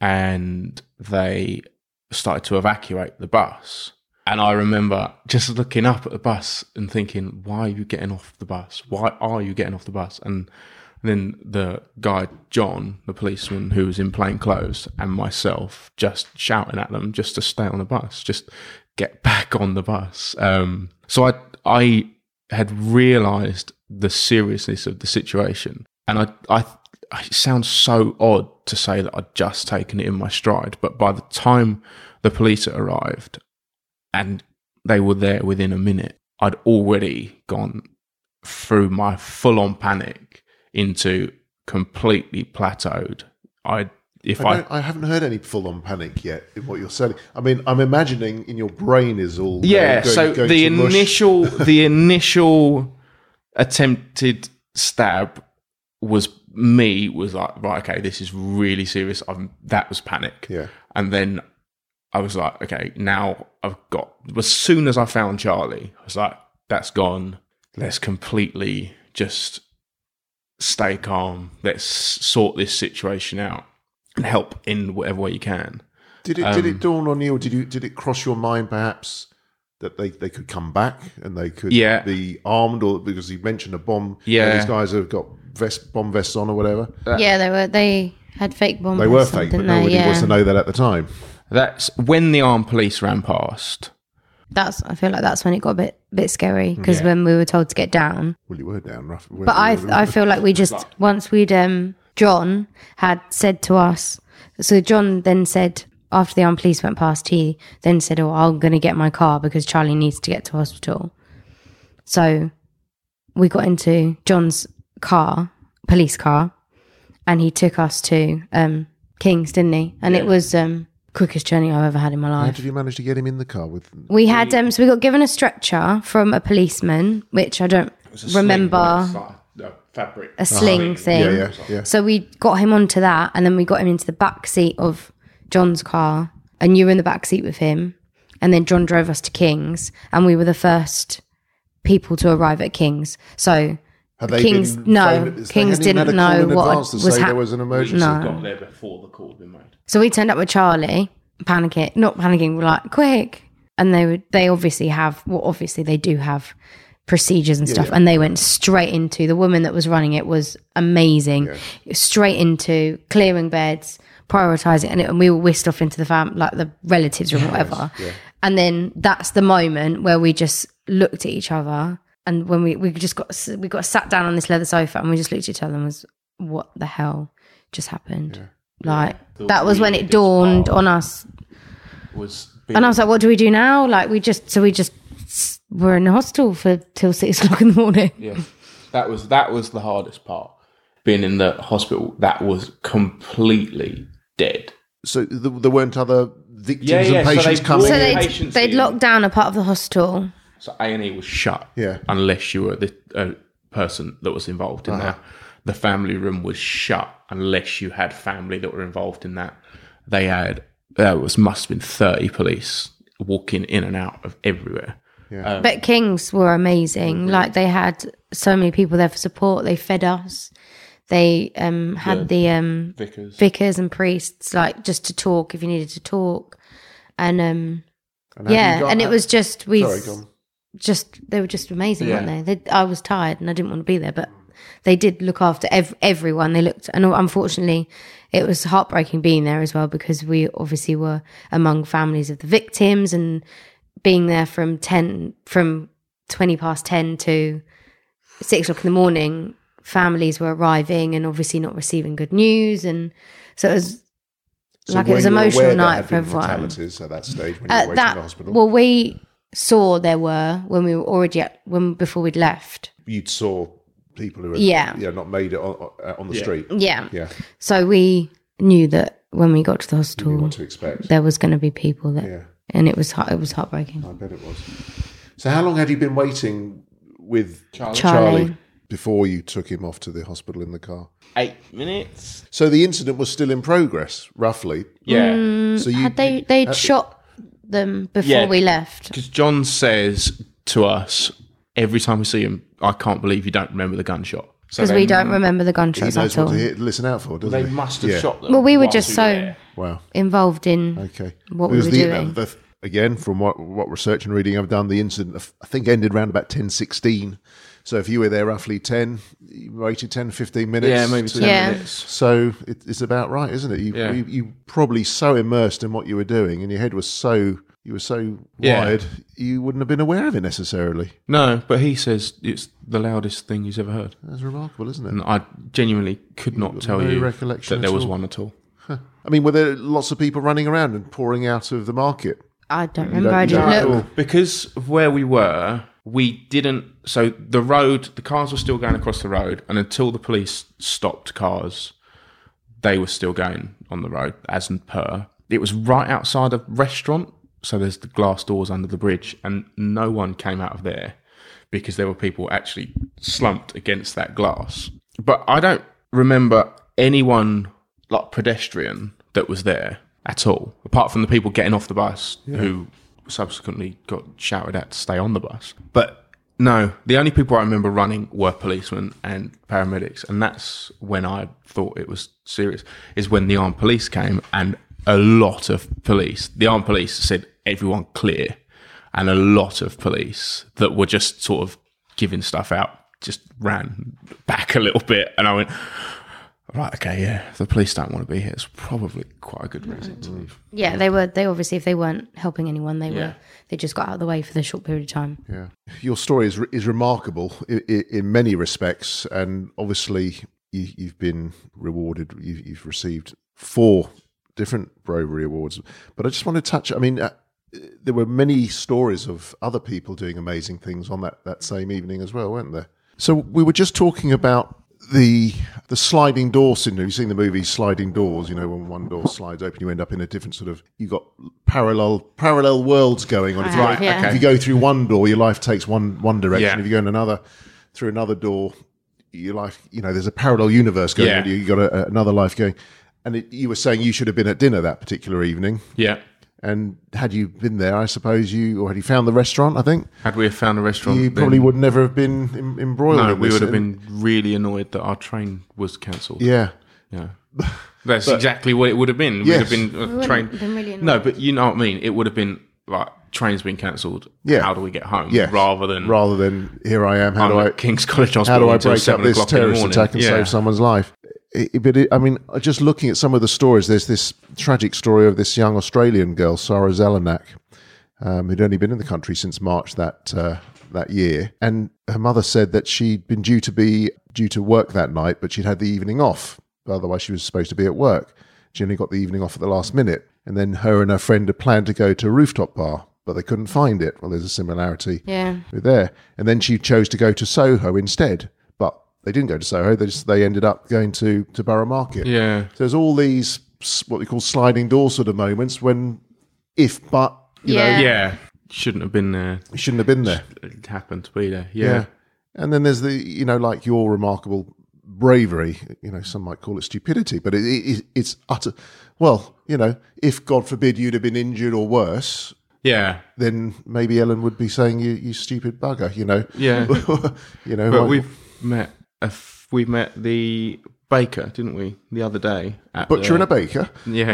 S3: and they started to evacuate the bus. And I remember just looking up at the bus and thinking, why are you getting off the bus? Why are you getting off the bus? And then the guy, John, the policeman who was in plain clothes, and myself just shouting at them just to stay on the bus, just get back on the bus. Um, so I, I had realized the seriousness of the situation. And I, I, it sounds so odd to say that I'd just taken it in my stride, but by the time the police arrived and they were there within a minute, I'd already gone through my full on panic into completely plateaued. I,
S1: I,
S3: if I,
S1: don't, I haven't heard any full on panic yet in what you're selling. I mean, I'm imagining in your brain is all going-
S3: yeah
S1: going-
S3: so
S1: going
S3: the
S1: to mush.
S3: initial the initial attempted stab was me was like right okay this is really serious I'm, that was panic
S1: Yeah.
S3: and then i was like okay now i've got as soon as i found charlie i was like that's gone let's completely just stay calm, let's sort this situation out and help in whatever way you can.
S1: Did it
S3: Um,
S1: did it dawn on you, or did you did it cross your mind perhaps that they, they could come back and they could
S3: Yeah.
S1: be armed, or because you mentioned a bomb? you know,
S3: Yeah.
S1: these guys have got vest bomb vests on or whatever.
S2: yeah, they were. They had fake bombs.
S1: they were fake, but
S2: Uh, didn't they?
S1: nobody
S2: yeah.
S1: was to know that at the time.
S3: That's when the armed police ran past.
S2: That's. I feel like that's when it got a bit bit scary because
S3: Yeah.
S2: when we were told to get down,
S1: Well, you were down, rough.
S2: but I I feel like we just once we'd um John had said to us. So John then said after the armed police went past, he then said, "Oh, I'm going to get my car because Charlie needs to get to hospital." So we got into John's car, police car, and he took us to um, King's, didn't he? And it was um, quickest journey I've ever had in my
S1: How
S2: life.
S1: did you manage to get him in the car with?
S2: We had um, so we got given a stretcher from a policeman, which I don't remember
S3: fabric.
S2: a sling thing.
S1: Uh-huh. Yeah, yeah, yeah.
S2: So we got him onto that, and then we got him into the back seat of John's car, and you were in the back seat with him, and then John drove us to King's, and we were the first people to arrive at King's. So
S1: Had they
S2: Kings-
S1: been
S2: no,
S1: phoned- has they
S2: Kings
S1: hadn't even had
S2: didn't
S1: a call
S2: know
S1: in
S2: what
S1: advance to
S2: was
S1: say
S2: hap-
S1: there was an emergency.
S3: got there before the call had been made.
S2: So we turned up with Charlie, panicking, not panicking, we're like, quick. And they would, they obviously have, well, obviously they do have procedures and stuff. And they went straight into the woman that was running it was amazing, straight into clearing beds, prioritizing. And, it, and we were whisked off into the fam, like the relatives room or whatever. And then that's the moment where we just looked at each other. And when we, we just got, s- we got sat down on this leather sofa and we just looked at each other and was, what the hell just happened? Like that was when it dawned on us,
S3: Was
S2: and I was like, "What do we do now?" Like we just so we just s- were in the hospital for till six o'clock in the morning.
S3: yeah, that was that was the hardest part. Being in the hospital, that was completely dead.
S1: So th- there weren't other victims
S3: Yeah, yeah,
S1: and
S3: so they
S1: patients
S3: brought-
S1: coming.
S2: So
S1: in.
S2: they'd,
S3: Patients
S2: they'd
S3: in.
S2: locked down a part of the hospital.
S3: So A and E was shut.
S1: Yeah.
S3: unless you were the uh, person that was involved in that. The family room was shut unless you had family that were involved in that. They had there was must have been thirty police walking in and out of everywhere.
S2: But Kings were amazing. Like they had so many people there for support. They fed us. They um, had the um,
S3: Vickers.
S2: vicars and priests like just to talk if you needed to talk, and um,
S1: And had
S2: yeah,
S1: you got-
S2: and it was just we
S1: Sorry,
S2: s-
S1: go on.
S2: just they were just amazing,
S3: Yeah.
S2: weren't they? they? I was tired and I didn't want to be there, but they did look after ev- everyone. They looked, and unfortunately, it was heartbreaking being there as well because we obviously were among families of the victims and being there from ten from twenty past ten to six o'clock in the morning. Families were arriving and obviously not receiving good news, and so it was
S1: So
S2: like it
S1: were
S2: was
S1: you
S2: an
S1: aware
S2: emotional
S1: there
S2: night
S1: had
S2: for
S1: been
S2: everyone.
S1: Fatalities at that stage when you were
S2: Uh,
S1: waiting in
S2: that
S1: the hospital.
S2: well, we saw there were when we were already at, when before we'd left.
S1: you saw people who had
S2: Yeah.
S1: you know, not made it on, uh, on the street.
S2: Yeah.
S1: Yeah,
S2: So we knew that when we got to the
S1: you
S2: hospital,
S1: what to expect.
S2: there was going to be people that,
S1: Yeah,
S2: and it was heart- it was heartbreaking.
S1: I bet it was. So how long had you been waiting with Charlie,
S2: Charlie.
S1: before you took him off to the hospital in the car?
S3: Eight minutes.
S1: So the incident was still in progress, roughly.
S3: Yeah.
S1: So you
S2: Mm, Had they they'd shot them before
S3: Yeah.
S2: we left?
S3: Because John says to us every time we see him, I can't believe you don't remember the gunshot.
S2: Because we don't remember the gunshots
S1: he knows
S2: at
S1: what
S2: all.
S1: to hit, listen out for, doesn't
S3: They
S1: he?
S3: must have
S1: Yeah.
S3: shot them.
S2: Well, we were
S3: whilst
S2: just so
S3: were there.
S1: Wow.
S2: involved in
S1: Okay.
S2: What we
S1: Because
S2: were
S1: the-
S2: doing.
S1: the- again, from what what research and reading I've done, the incident I think ended around about ten sixteen. So if you were there roughly ten, you waited 10, 15 minutes.
S3: Yeah, maybe
S1: to-
S3: ten
S2: Yeah.
S3: minutes.
S1: So it, it's about right, isn't it? You,
S3: Yeah.
S1: you you probably so immersed in what you were doing, and your head was so you were so
S3: Yeah.
S1: wired, you wouldn't have been aware of it necessarily.
S3: No, but he says it's the loudest thing he's ever heard.
S1: That's remarkable, isn't it?
S3: And I genuinely could not tell
S1: no
S3: you
S1: recollection
S3: that
S1: at
S3: there was
S1: all.
S3: one at all.
S1: I mean, were there lots of people running around and pouring out of the market?
S2: I don't remember. I
S1: you
S2: didn't
S1: don't
S2: look.
S1: at all.
S3: Because of where we were, we didn't. So the road, the cars were still going across the road, and until the police stopped cars, they were still going on the road as and per. It was right outside a restaurant, so there's the glass doors under the bridge, and no one came out of there because there were people actually slumped against that glass. But I don't remember anyone like pedestrian that was there at all, apart from the people getting off the bus who subsequently got shouted at to stay on the bus. But No, the only people I remember running were policemen and paramedics, and that's when I thought it was serious. Is when the armed police came, and a lot of police, the armed police said everyone clear, and a lot of police that were just sort of giving stuff out just ran back a little bit, and I went. Right, okay, yeah. If the police don't want to be here, it's probably quite a good reason to leave.
S1: Mm-hmm.
S2: Yeah, they were. They obviously, if they weren't helping anyone, they
S3: Yeah.
S2: were. They just got out of the way for the short period of time.
S1: Yeah. Your story is, is remarkable in, in many respects. And obviously, you, you've been rewarded, you, you've received four different bravery awards. But I just want to touch, I mean, uh, there were many stories of other people doing amazing things on that, that same evening as well, weren't there? So we were just talking about the the sliding door syndrome. You've seen the movie Sliding Doors, you know, when one door slides open, you end up in a different sort of you got parallel parallel worlds going on. If you
S2: Right,
S1: go-
S2: yeah.
S1: if you go through one door, your life takes one one direction.
S3: Yeah.
S1: If you go in another through another door, your life you know, there's a parallel universe going
S3: Yeah.
S1: on. You got a, another life going. And it, you were saying you should have been at dinner that particular evening.
S3: Yeah.
S1: And had you been there, I suppose you, or had you found the restaurant, I think,
S3: Had we have found a restaurant,
S1: you
S3: then-
S1: probably would never have been em- embroiled.
S3: No,
S1: in
S3: we
S1: this.
S3: would have
S1: And-
S3: been really annoyed that our train was cancelled.
S1: Yeah.
S3: Yeah. That's exactly what it would have been. We'd
S1: Yes.
S3: have been uh,
S2: would've
S3: train.
S2: been really
S3: no, but you know what I mean. It would have been like train's been cancelled.
S1: Yeah.
S3: How do we get home?
S1: Yes.
S3: Rather than
S1: rather than here I am. How
S3: I'm
S1: do I
S3: at King's College Hospital
S1: how do I
S3: until
S1: break up
S3: seven
S1: this
S3: o'clock in the
S1: terrorist
S3: morning.
S1: attack and
S3: yeah.
S1: save someone's life? It- it- but it, I mean, just looking at some of the stories, there's this tragic story of this young Australian girl, Sarah Zelenak, um, who'd only been in the country since March that uh, that year, and her mother said that she'd been due to be due to work that night, but she'd had the evening off. Otherwise, she was supposed to be at work. She only got the evening off at the last minute, and then her and her friend had planned to go to a rooftop bar, but they couldn't find it. Well, there's a similarity
S2: Yeah,
S1: were there. And then she chose to go to Soho instead. But they didn't go to Soho. They just, they ended up going to to Borough Market.
S3: Yeah.
S1: So there's all these s- what we call sliding door sort of moments when if but you
S2: Yeah.
S1: know
S3: Yeah. Shouldn't have been there.
S1: you shouldn't have been there.
S3: It happened to be there.
S1: Yeah.
S3: Yeah.
S1: And then there's the you know like your remarkable bravery. You know some might call it stupidity, but it, it, it's utter. Well, you know if God forbid you'd have been injured or worse.
S3: Yeah.
S1: Then maybe Ellen would be saying you, you stupid bugger, you know.
S3: Yeah.
S1: you know.
S3: But
S1: why-
S3: we've met a f- we met the baker, didn't we, the other day? At
S1: butcher
S3: the-
S1: and a baker.
S3: Yeah,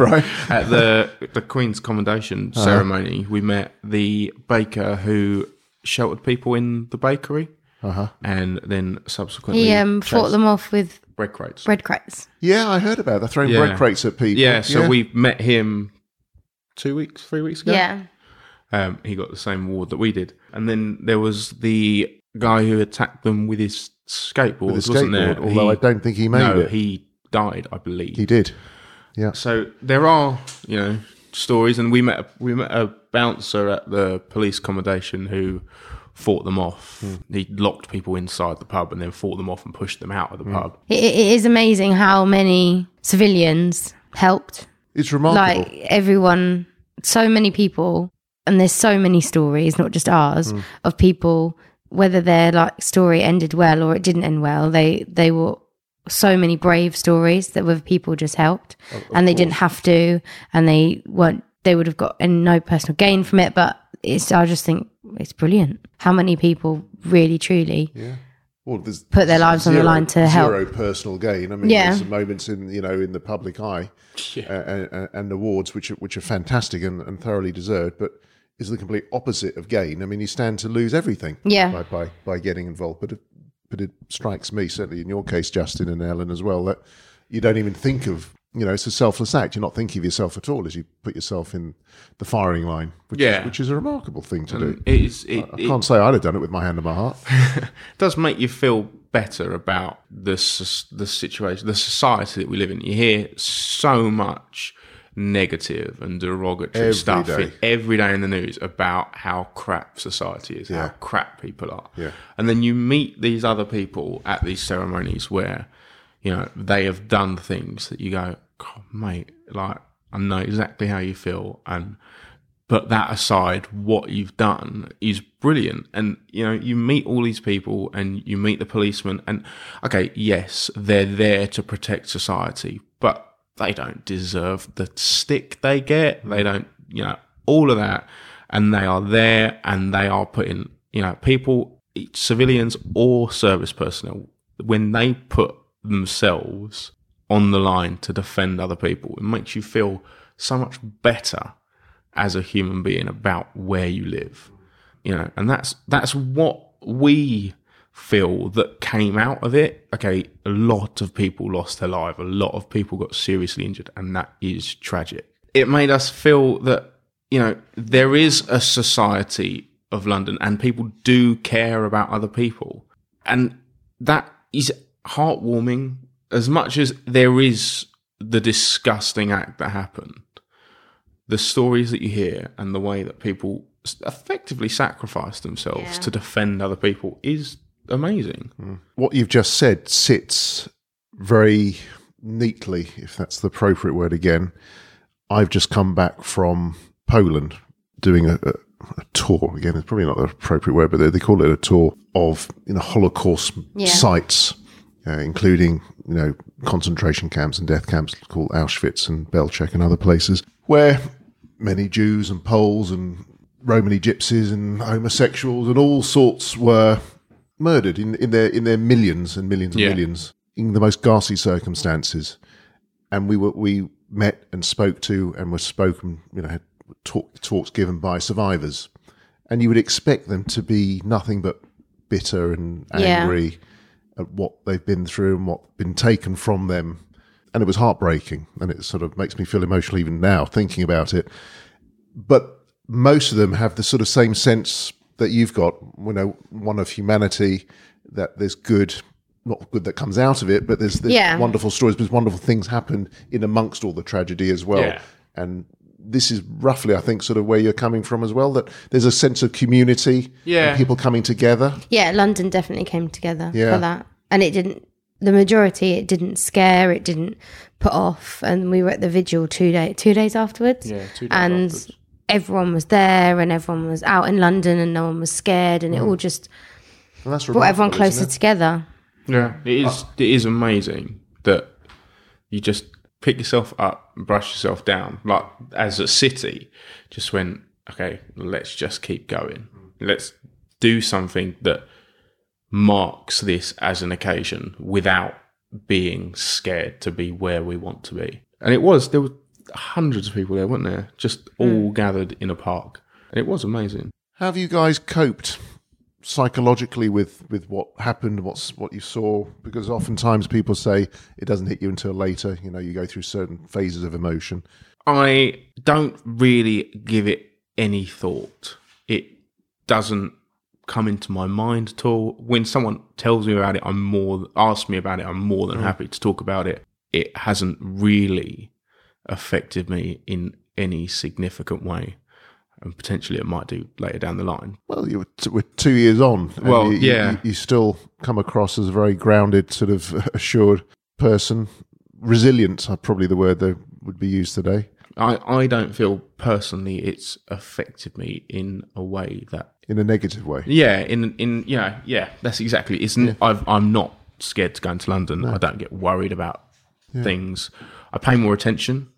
S1: Right. Uh-huh.
S3: At the the Queen's commendation ceremony, we met the baker who sheltered people in the bakery,
S1: Uh-huh.
S3: and then subsequently
S2: he um, fought
S3: chased
S2: them off with
S3: bread crates.
S2: bread crates.
S1: Yeah, I heard about that. Throwing
S3: Yeah.
S1: bread crates at people.
S3: Yeah, so we met him two weeks, three weeks ago.
S2: Yeah,
S3: um, he got the same award that we did, and then there was the guy who attacked them with his skateboard,
S1: with a
S3: wasn't there?
S1: skateboard. Although I
S3: He-
S1: don't think he made
S3: no,
S1: it. He,
S3: he died, I believe.
S1: did.
S3: So there are, you know, stories, and we met a, we met a bouncer at the police accommodation who fought them off.
S1: Hmm.
S3: He locked people inside the pub and then fought them off and pushed them out of
S1: Hmm.
S3: the pub.
S2: it, it is amazing how many civilians helped.
S1: It's remarkable.
S2: Like everyone, so many people, and there's so many stories, not just
S1: Hmm.
S2: ours, of people whether their like story ended well or it didn't end well. They they were so many brave stories that were people just helped and they didn't have to and they weren't they would have got and no personal gain from it but it's i just think it's brilliant how many people really truly
S1: Well, there's
S2: put their lives on the line to help.
S1: Zero personal gain. I mean,
S2: Yeah.
S1: there's some moments in you know in the public eye uh, and, and awards which are, which are fantastic and, and thoroughly deserved, but is the complete opposite of gain. I mean, you stand to lose everything.
S2: Yeah.
S1: By by, by getting involved, but it, but it strikes me certainly in your case, Justin and Ellen as well, that you don't even think of. You know, it's a selfless act. You're not thinking of yourself at all as you put yourself in the firing line, which,
S3: Yeah.
S1: is, which is a remarkable thing to do.
S3: It, is, it,
S1: I
S3: it
S1: can't say I'd have done it with my hand on my heart.
S3: does make you feel better about the s- the situation, the society that we live in. You hear so much negative and derogatory
S1: Every
S3: stuff
S1: day.
S3: in- every day in the news about how crap society is, how
S1: Yeah.
S3: crap people are.
S1: Yeah.
S3: And then you meet these other people at these ceremonies where, you know, they have done things that you go, God, mate, like I know exactly how you feel and but that aside, what you've done is brilliant. And you know, you meet all these people and you meet the policemen and okay, yes, they're there to protect society, but they don't deserve the stick they get. They don't, you know, all of that. And they are there and they are putting you know, people, civilians or service personnel, when they put themselves on the line to defend other people, it makes you feel so much better as a human being about where you live. You know, and that's that's what we feel that came out of it. Okay, a lot of people lost their life, a lot of people got seriously injured, and that is tragic. It made us feel that, you know, there is a society of London and people do care about other people. And that is heartwarming as much as there is the disgusting act that happened. The stories that you hear and the way that people s- effectively sacrifice themselves
S2: Yeah.
S3: to defend other people is amazing.
S1: What you've just said sits very neatly, if that's the appropriate word again. I've just come back from Poland doing a, a, a tour. Again, it's probably not the appropriate word, but they, they call it a tour of you know Holocaust
S2: Yeah.
S1: sites, uh, including you know concentration camps and death camps called Auschwitz and Belchek and other places where many Jews and Poles and Romany gypsies and homosexuals and all sorts were murdered in, in their in their millions and millions and
S3: Yeah.
S1: millions in the most ghastly circumstances and we were we met and spoke to and were spoken you know had talk, talks given by survivors and you would expect them to be nothing but bitter and
S2: Yeah.
S1: angry at what they've been through and what's been taken from them and it was heartbreaking and it sort of makes me feel emotional even now thinking about it but most of them have the sort of same sense that you've got, you know, one of humanity that there's good, not good that comes out of it, but there's, there's
S2: Yeah.
S1: wonderful stories, there's wonderful things happen in amongst all the tragedy as well.
S3: Yeah.
S1: And this is roughly, I think, sort of where you're coming from as well, that there's a sense of community
S3: Yeah.
S1: and people coming together.
S2: Yeah, London definitely came together
S1: Yeah.
S2: for that. And it didn't, the majority, it didn't scare, it didn't put off. And we were at the vigil two, day, two days afterwards.
S3: Yeah, two days
S2: And
S3: afterwards.
S2: everyone was there and everyone was out in London and no one was scared. And it all just
S1: And that's
S2: brought everyone
S1: remarkable, Mm. isn't
S2: closer
S1: it?
S2: together.
S3: Yeah, it is. It is amazing that you just pick yourself up, and brush yourself down. Like as a city, just went okay. Let's just keep going. Let's do something that marks this as an occasion without being scared to be where we want to be. And it was. There were hundreds of people there, weren't there? Just all gathered in a park, and it was amazing.
S1: How have you guys coped psychologically with, with what happened, what's what you saw? Because oftentimes people say it doesn't hit you until later. You know, you go through certain phases of emotion.
S3: I don't really give it any thought. It doesn't come into my mind at all. When someone tells me about it, I'm more asks me about it, I'm more than happy to talk about it. It hasn't really affected me in any significant way. And potentially it might do later down the line.
S1: Well, you were, t- we're two years on. and
S3: Well,
S1: you, you-
S3: yeah.
S1: you, you still come across as a very grounded, sort of assured person. Resilient, uh, probably the word that would be used today.
S3: I, I don't feel personally it's affected me in a way that
S1: In a negative way,
S3: Yeah, in in you know, yeah, that's exactly. It's n I've, I'm not scared to go into London. I don't get worried about things. I pay more attention.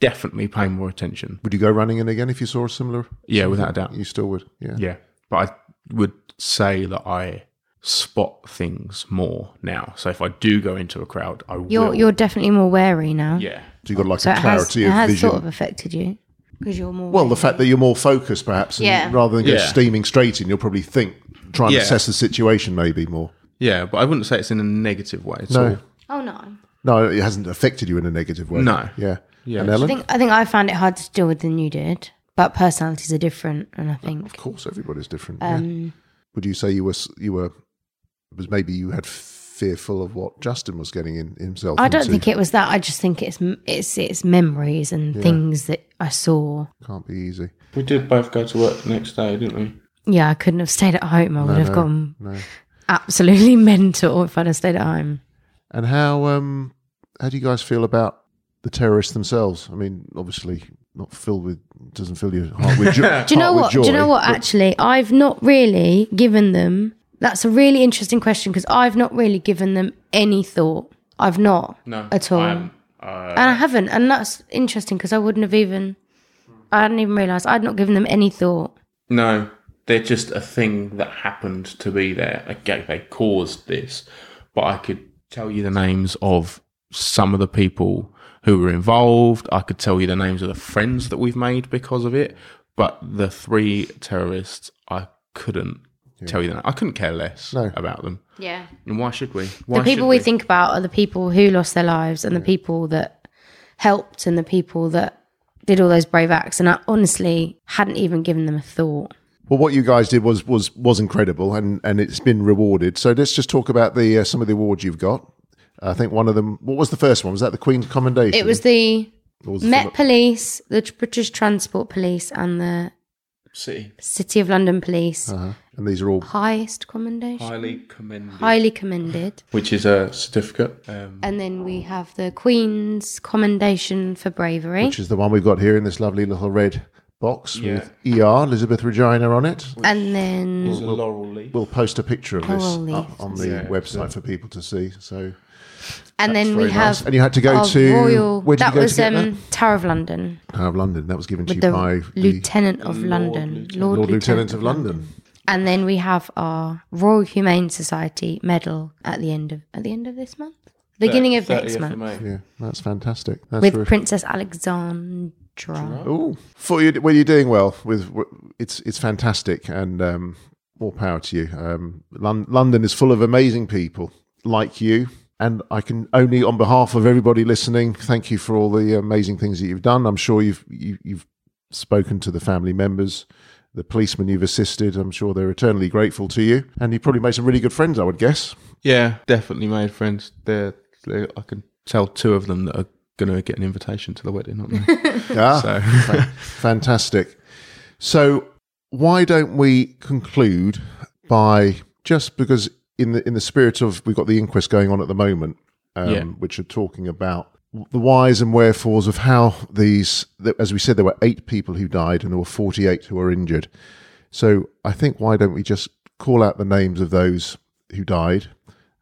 S3: Definitely pay more attention.
S1: would you go running in again if you saw a similar?
S3: Yeah, without a doubt.
S1: You still would, yeah.
S3: Yeah, but I would say that I spot things more now. So if I do go into a crowd, I
S2: You're,
S3: will.
S2: you're definitely more wary now.
S3: yeah,
S1: So you got like
S2: So
S1: a
S2: it has,
S1: clarity
S2: it
S1: of
S2: has
S1: vision.
S2: sort of affected you because you're more.
S1: well, the fact that you're more focused, perhaps, and
S2: Yeah.
S1: rather than go
S3: Yeah.
S1: steaming straight in, you'll probably think, try and
S3: Yeah.
S1: assess the situation, maybe more.
S3: yeah, but I wouldn't say it's in a negative way. At
S1: No.
S3: all.
S2: oh, no.
S1: No, it hasn't affected you in a negative way.
S3: No.
S1: yeah,
S3: Yeah.
S1: And
S3: I
S2: I
S1: Ellen,
S2: think, I think I found it harder to deal with than you did, but personalities are different. And I think.
S1: of course, everybody's different. yeah.
S2: Um,
S1: would you say you were s- you were it was maybe you had fearful of what Justin was getting in, himself?
S2: I don't
S1: into?
S2: think it was that. I just think it's it's it's memories and things that I saw.
S1: can't be easy.
S3: We did both go to work the next day, didn't we?
S2: Yeah, I couldn't have stayed at home. I would have
S1: no,
S2: gone
S1: No.
S2: absolutely mental if I'd have stayed at home.
S1: And how um how do you guys feel about the terrorists themselves? I mean, obviously not filled with doesn't fill your heart with joy.
S2: Do you know what? Do you know what? Actually, I've not really given them. That's a really interesting question because I've not really given them any thought. I've not
S3: No,
S2: at all,
S3: I
S2: and
S3: am, uh,
S2: I haven't. And that's interesting because I wouldn't have even. I hadn't even realised I'd not given them any thought.
S3: no, They're just a thing that happened to be there. Okay, they caused this, but I could tell you the names of some of the people who were involved. I could tell you the names of the friends that we've made because of it. But the three terrorists, I couldn't tell you that. I couldn't care less
S1: No.
S3: about them.
S2: Yeah.
S3: And why should we? Why
S2: The people
S3: should
S2: we think about are the people who lost their lives
S1: Mm.
S2: and the people that helped and the people that did all those brave acts. And I honestly hadn't even given them a thought.
S1: Well, what you guys did was was was incredible, and and it's been rewarded. So let's just talk about the uh, some of the awards you've got. I think one of them. What was the first one? Was that the Queen's Commendation?
S2: It was the
S1: Or was it
S2: Met
S1: Philip-
S2: Police, the Tr- British Transport Police, and the
S3: See,
S2: City of London Police.
S1: Uh-huh. And these are all.
S2: Highest commendation.
S3: highly commended,
S2: Highly commended.
S3: which is a certificate.
S1: Hmm.
S3: Um,
S2: And then we have the Queen's Commendation for Bravery.
S1: Which is the one we've got here in this lovely little red box
S3: Yeah.
S1: with ER Elizabeth Regina on it.
S2: and then
S3: is a laurel leaf.
S1: We'll post a picture of this
S2: Coral
S1: up
S2: leaves.
S1: on the
S3: Yeah.
S1: website for people to see. So
S2: and then we
S1: very nice.
S2: have
S1: And you had to go
S2: our
S1: to-
S2: Royal
S1: where did you
S2: that
S1: go to
S2: was
S1: get that?
S2: um Tower of London.
S1: Tower of London that was given to you
S2: The
S1: by the
S2: Lieutenant of London. Lord,
S1: Lord Lieutenant of London.
S2: And then we have our Royal Humane Society medal at the end of at the end of this month. Beginning of next month.
S1: Yeah, that's fantastic. That's
S2: with
S1: re-
S2: Princess Alexandra.
S1: Oh, for you, well, you're doing well. With it's it's fantastic, and um, more power to you. Um, Lon- London is full of amazing people like you, and I can only, on behalf of everybody listening, thank you for all the amazing things that you've done. I'm sure you've you, you've spoken to the family members, the policemen you've assisted. I'm sure they're eternally grateful to you, and you probably made some really good friends. I would guess.
S3: Yeah, definitely made friends. They're, they I can tell two of them that are going to get an invitation to the wedding, aren't they?
S1: Yeah.
S3: so,
S1: Fa- Ah, Fantastic. So why don't we conclude by just because in the in the spirit of we've got the inquest going on at the moment, um,
S3: Yeah.
S1: which are talking about the whys and wherefores of how these, that- as we said, there were eight people who died and there were forty-eight who were injured. So I think why don't we just call out the names of those who died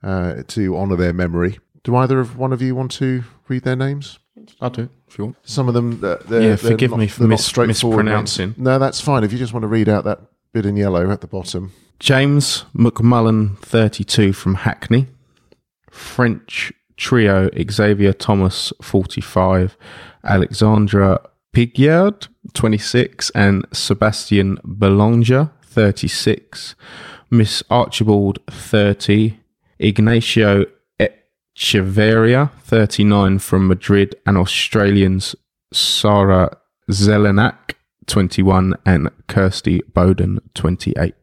S1: uh, to honour their memory? Do either of one of you want to read their names?
S3: I'll do it if you want.
S1: some of them that they're,
S3: Yeah,
S1: they're
S3: forgive
S1: not-
S3: me for
S1: they're not
S3: mis-
S1: straightforward names.
S3: mispronouncing.
S1: No, that's fine. If you just want to read out that bit in yellow at the bottom,
S3: James McMullen, 32, from Hackney. French trio Xavier Thomas, 45. Alexandra Pigyard, 26. And Sebastian Belanger, 36. Miss Archibald, 30. Ignacio Echeverria, 39, from Madrid. And Australians Sarah Zelenak, 21. And Kirsty Bowden, 28.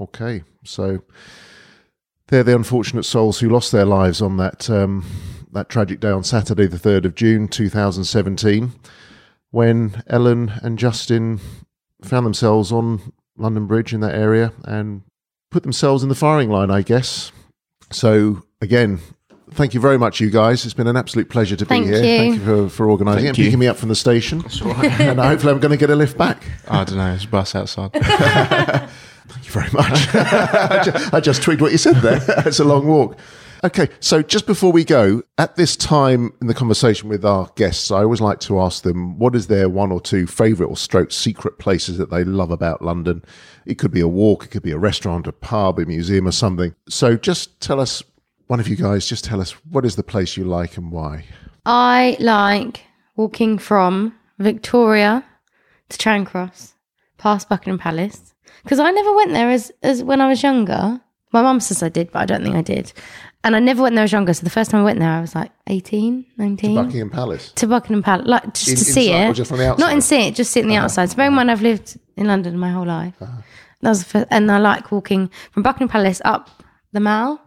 S1: okay. So they're the unfortunate souls who lost their lives on that um, that tragic day on Saturday, the third of June, two thousand seventeen, when Ellen and Justin found themselves on London Bridge in that area and put themselves in the firing line, I guess. So again. Thank you very much, you guys. It's been an absolute pleasure to
S2: Thank
S1: be here.
S2: you.
S1: Thank you for, for organising
S3: Thank
S1: and
S3: you.
S1: picking me up from the station. and hopefully I'm going to get a lift back.
S3: I don't know. There's a bus outside.
S1: Thank you very much. I, ju- I just, tweaked what you said there. it's a long walk. Okay, so just before we go, at this time in the conversation with our guests, I always like to ask them what is their one or two favourite or stroke secret places that they love about London. It could be a walk, it could be a restaurant, a pub, a museum, or something. So just tell us, one of you guys, just tell us what is the place you like and why.
S2: I like walking from Victoria to Charing Cross, past Buckingham Palace, because I never went there as, as when I was younger. My mum says I did, but I don't think I did. And I never went there as younger. So the first time I went there, I was like 18, 19.
S1: Buckingham Palace.
S2: to Buckingham Palace, like just
S1: In-
S2: to see
S1: inside
S2: it,
S1: or just from the outside? Uh-huh.
S2: not in seeing it, just sitting the outside. So bear in mind, I've lived in London my whole life. That was the first, and I like walking from Buckingham Palace up the Mall,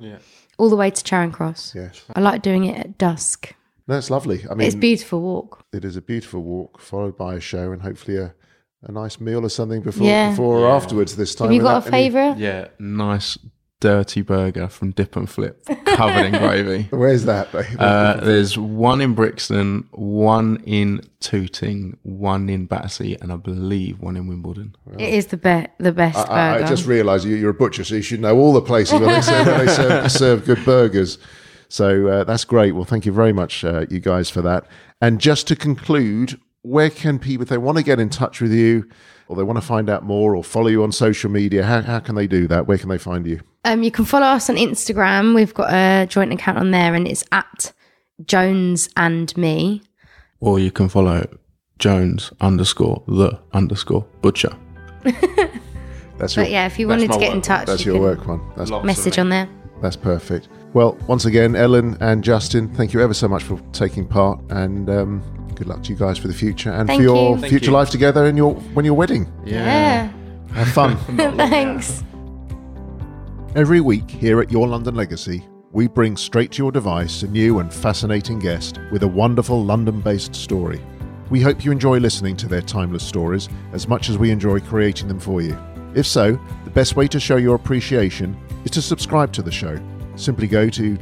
S2: all the way to Charing Cross.
S1: Yeah.
S2: I like doing it at dusk.
S1: That's lovely. I mean,
S2: It's a beautiful walk.
S1: it is a beautiful walk followed by a show and hopefully a, a nice meal or something before
S2: Yeah.
S1: before or afterwards this time
S2: Have you
S1: And
S2: got a
S1: that- and you-
S2: favourite?
S3: yeah, nice dirty burger from Dip and Flip, covered in gravy.
S1: where's that babe?
S3: Uh, there's one in Brixton, one in Tooting, one in Battersea, and I believe one in Wimbledon.
S2: It is the best, the best
S1: I,
S2: burger.
S1: I just realized you, you're a butcher so you should know all the places where they serve, where they serve, serve good burgers so uh, that's great well thank you very much uh, you guys for that and just to conclude where can people, if they want to get in touch with you or they want to find out more or follow you on social media, how, how can they do that? Where can they find you?
S2: Um, you can follow us on Instagram. We've got a joint account on there, and it's at Jones and me.
S3: Or you can follow Jones underscore the underscore butcher.
S1: That's your,
S2: But yeah, if you
S3: That's
S2: wanted
S3: my
S2: to get in
S3: work.
S2: touch,
S1: that's
S2: you
S1: your
S2: can
S1: work one. That's,
S3: Lots of
S2: message on there.
S1: that's perfect. Well, once again, Ellen and Justin, thank you ever so much for taking part and um, good luck to you guys for the future and
S2: Thank
S1: for your
S2: you. Thank
S1: future
S3: you.
S1: life together and your when your wedding.
S2: Yeah.
S1: Have fun.
S2: Thanks.
S1: Every week here at Your London Legacy, we bring straight to your device a new and fascinating guest with a wonderful London based story. We hope you enjoy listening to their timeless stories as much as we enjoy creating them for you. If so, the best way to show your appreciation is to subscribe to the show. Simply go to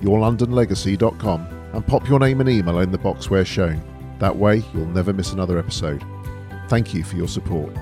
S1: www.yourlondonlegacy.com and pop your name and email in the box where shown. That way, you'll never miss another episode. Thank you for your support.